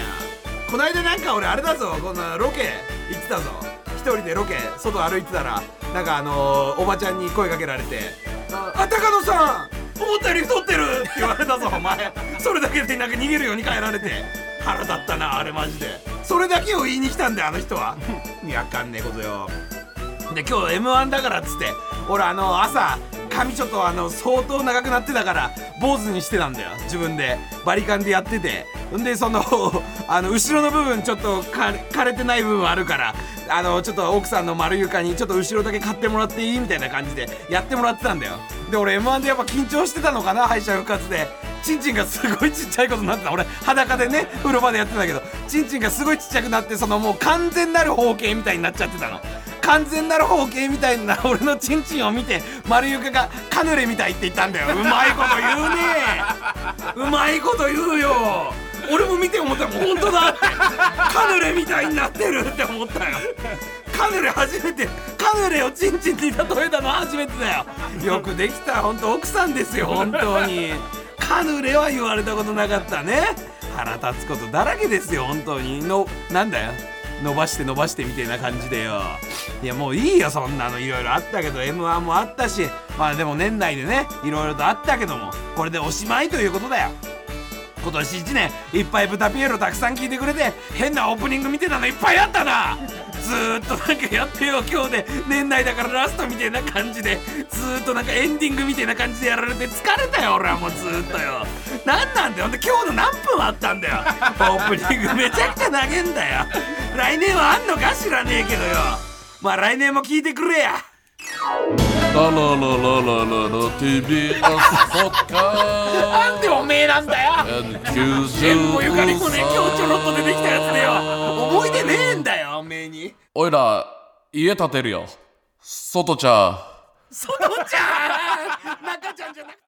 B: こないだなんか俺あれだぞこんなロケ行ってたぞ一人でロケ外歩いてたらなんかあのーおばちゃんに声かけられて「ああ高野さん思ったより太ってる!」って言われたぞお前それだけでなんか逃げるように帰られて腹立ったなあれマジでそれだけを言いに来たんだよあの人はいやわかんねえことよで今日 m 1だからっつって俺あの朝髪ちょっとあの相当長くなってたから坊主にしてたんだよ自分でバリカンでやっててんでその あの後ろの部分ちょっとか枯れてない部分あるからあのちょっと奥さんの丸床にちょっと後ろだけ買ってもらっていいみたいな感じでやってもらってたんだよで俺 m 1でやっぱ緊張してたのかな敗者復活でチンチンがすごいちっちゃいことになってた俺裸でね風呂場でやってたけどチンチンがすごいちっちゃくなってそのもう完全なる包茎みたいになっちゃってたの完全なる包茎みたいな 俺のチンチンを見て丸床がカヌレみたいって言ったんだようまいこと言うねうまいこと言うよ俺も見て思ったもん本当だってカヌレみたいになってるって思ったよカヌレ初めてカヌレをチンチンに例えたのは初めてだよよくできた本当奥さんですよ本当にカヌレは言われたことなかったね腹立つことだらけですよ本当にのなんだよ伸ばして伸ばしてみたいな感じでよいやもういいよそんなのいろいろあったけど m 1もあったしまあでも年内でねいろいろとあったけどもこれでおしまいということだよ今年1年いっぱい「ブタピエロ」たくさん聞いてくれて変なオープニングみたいなのいっぱいあったなずーっとなんかやってよ今日で年内だからラストみたいな感じでずーっとなんかエンディングみたいな感じでやられて疲れたよ俺はもうずーっとよ何なんだよほんで今日の何分あったんだよオープニングめちゃくちゃ投げんだよ来年はあんのか知らねえけどよまあ来年も聞いてくれや
D: La la la la la la la TBS podcast
B: なんでおめえなんだよ
D: N90
B: もうゆかりもね今日ちょろっと出てきたやつだよ思い出ねえんだよおめえに
D: おいら家建てるよ外ちゃう
B: そのちゃん中ちゃんじゃなくて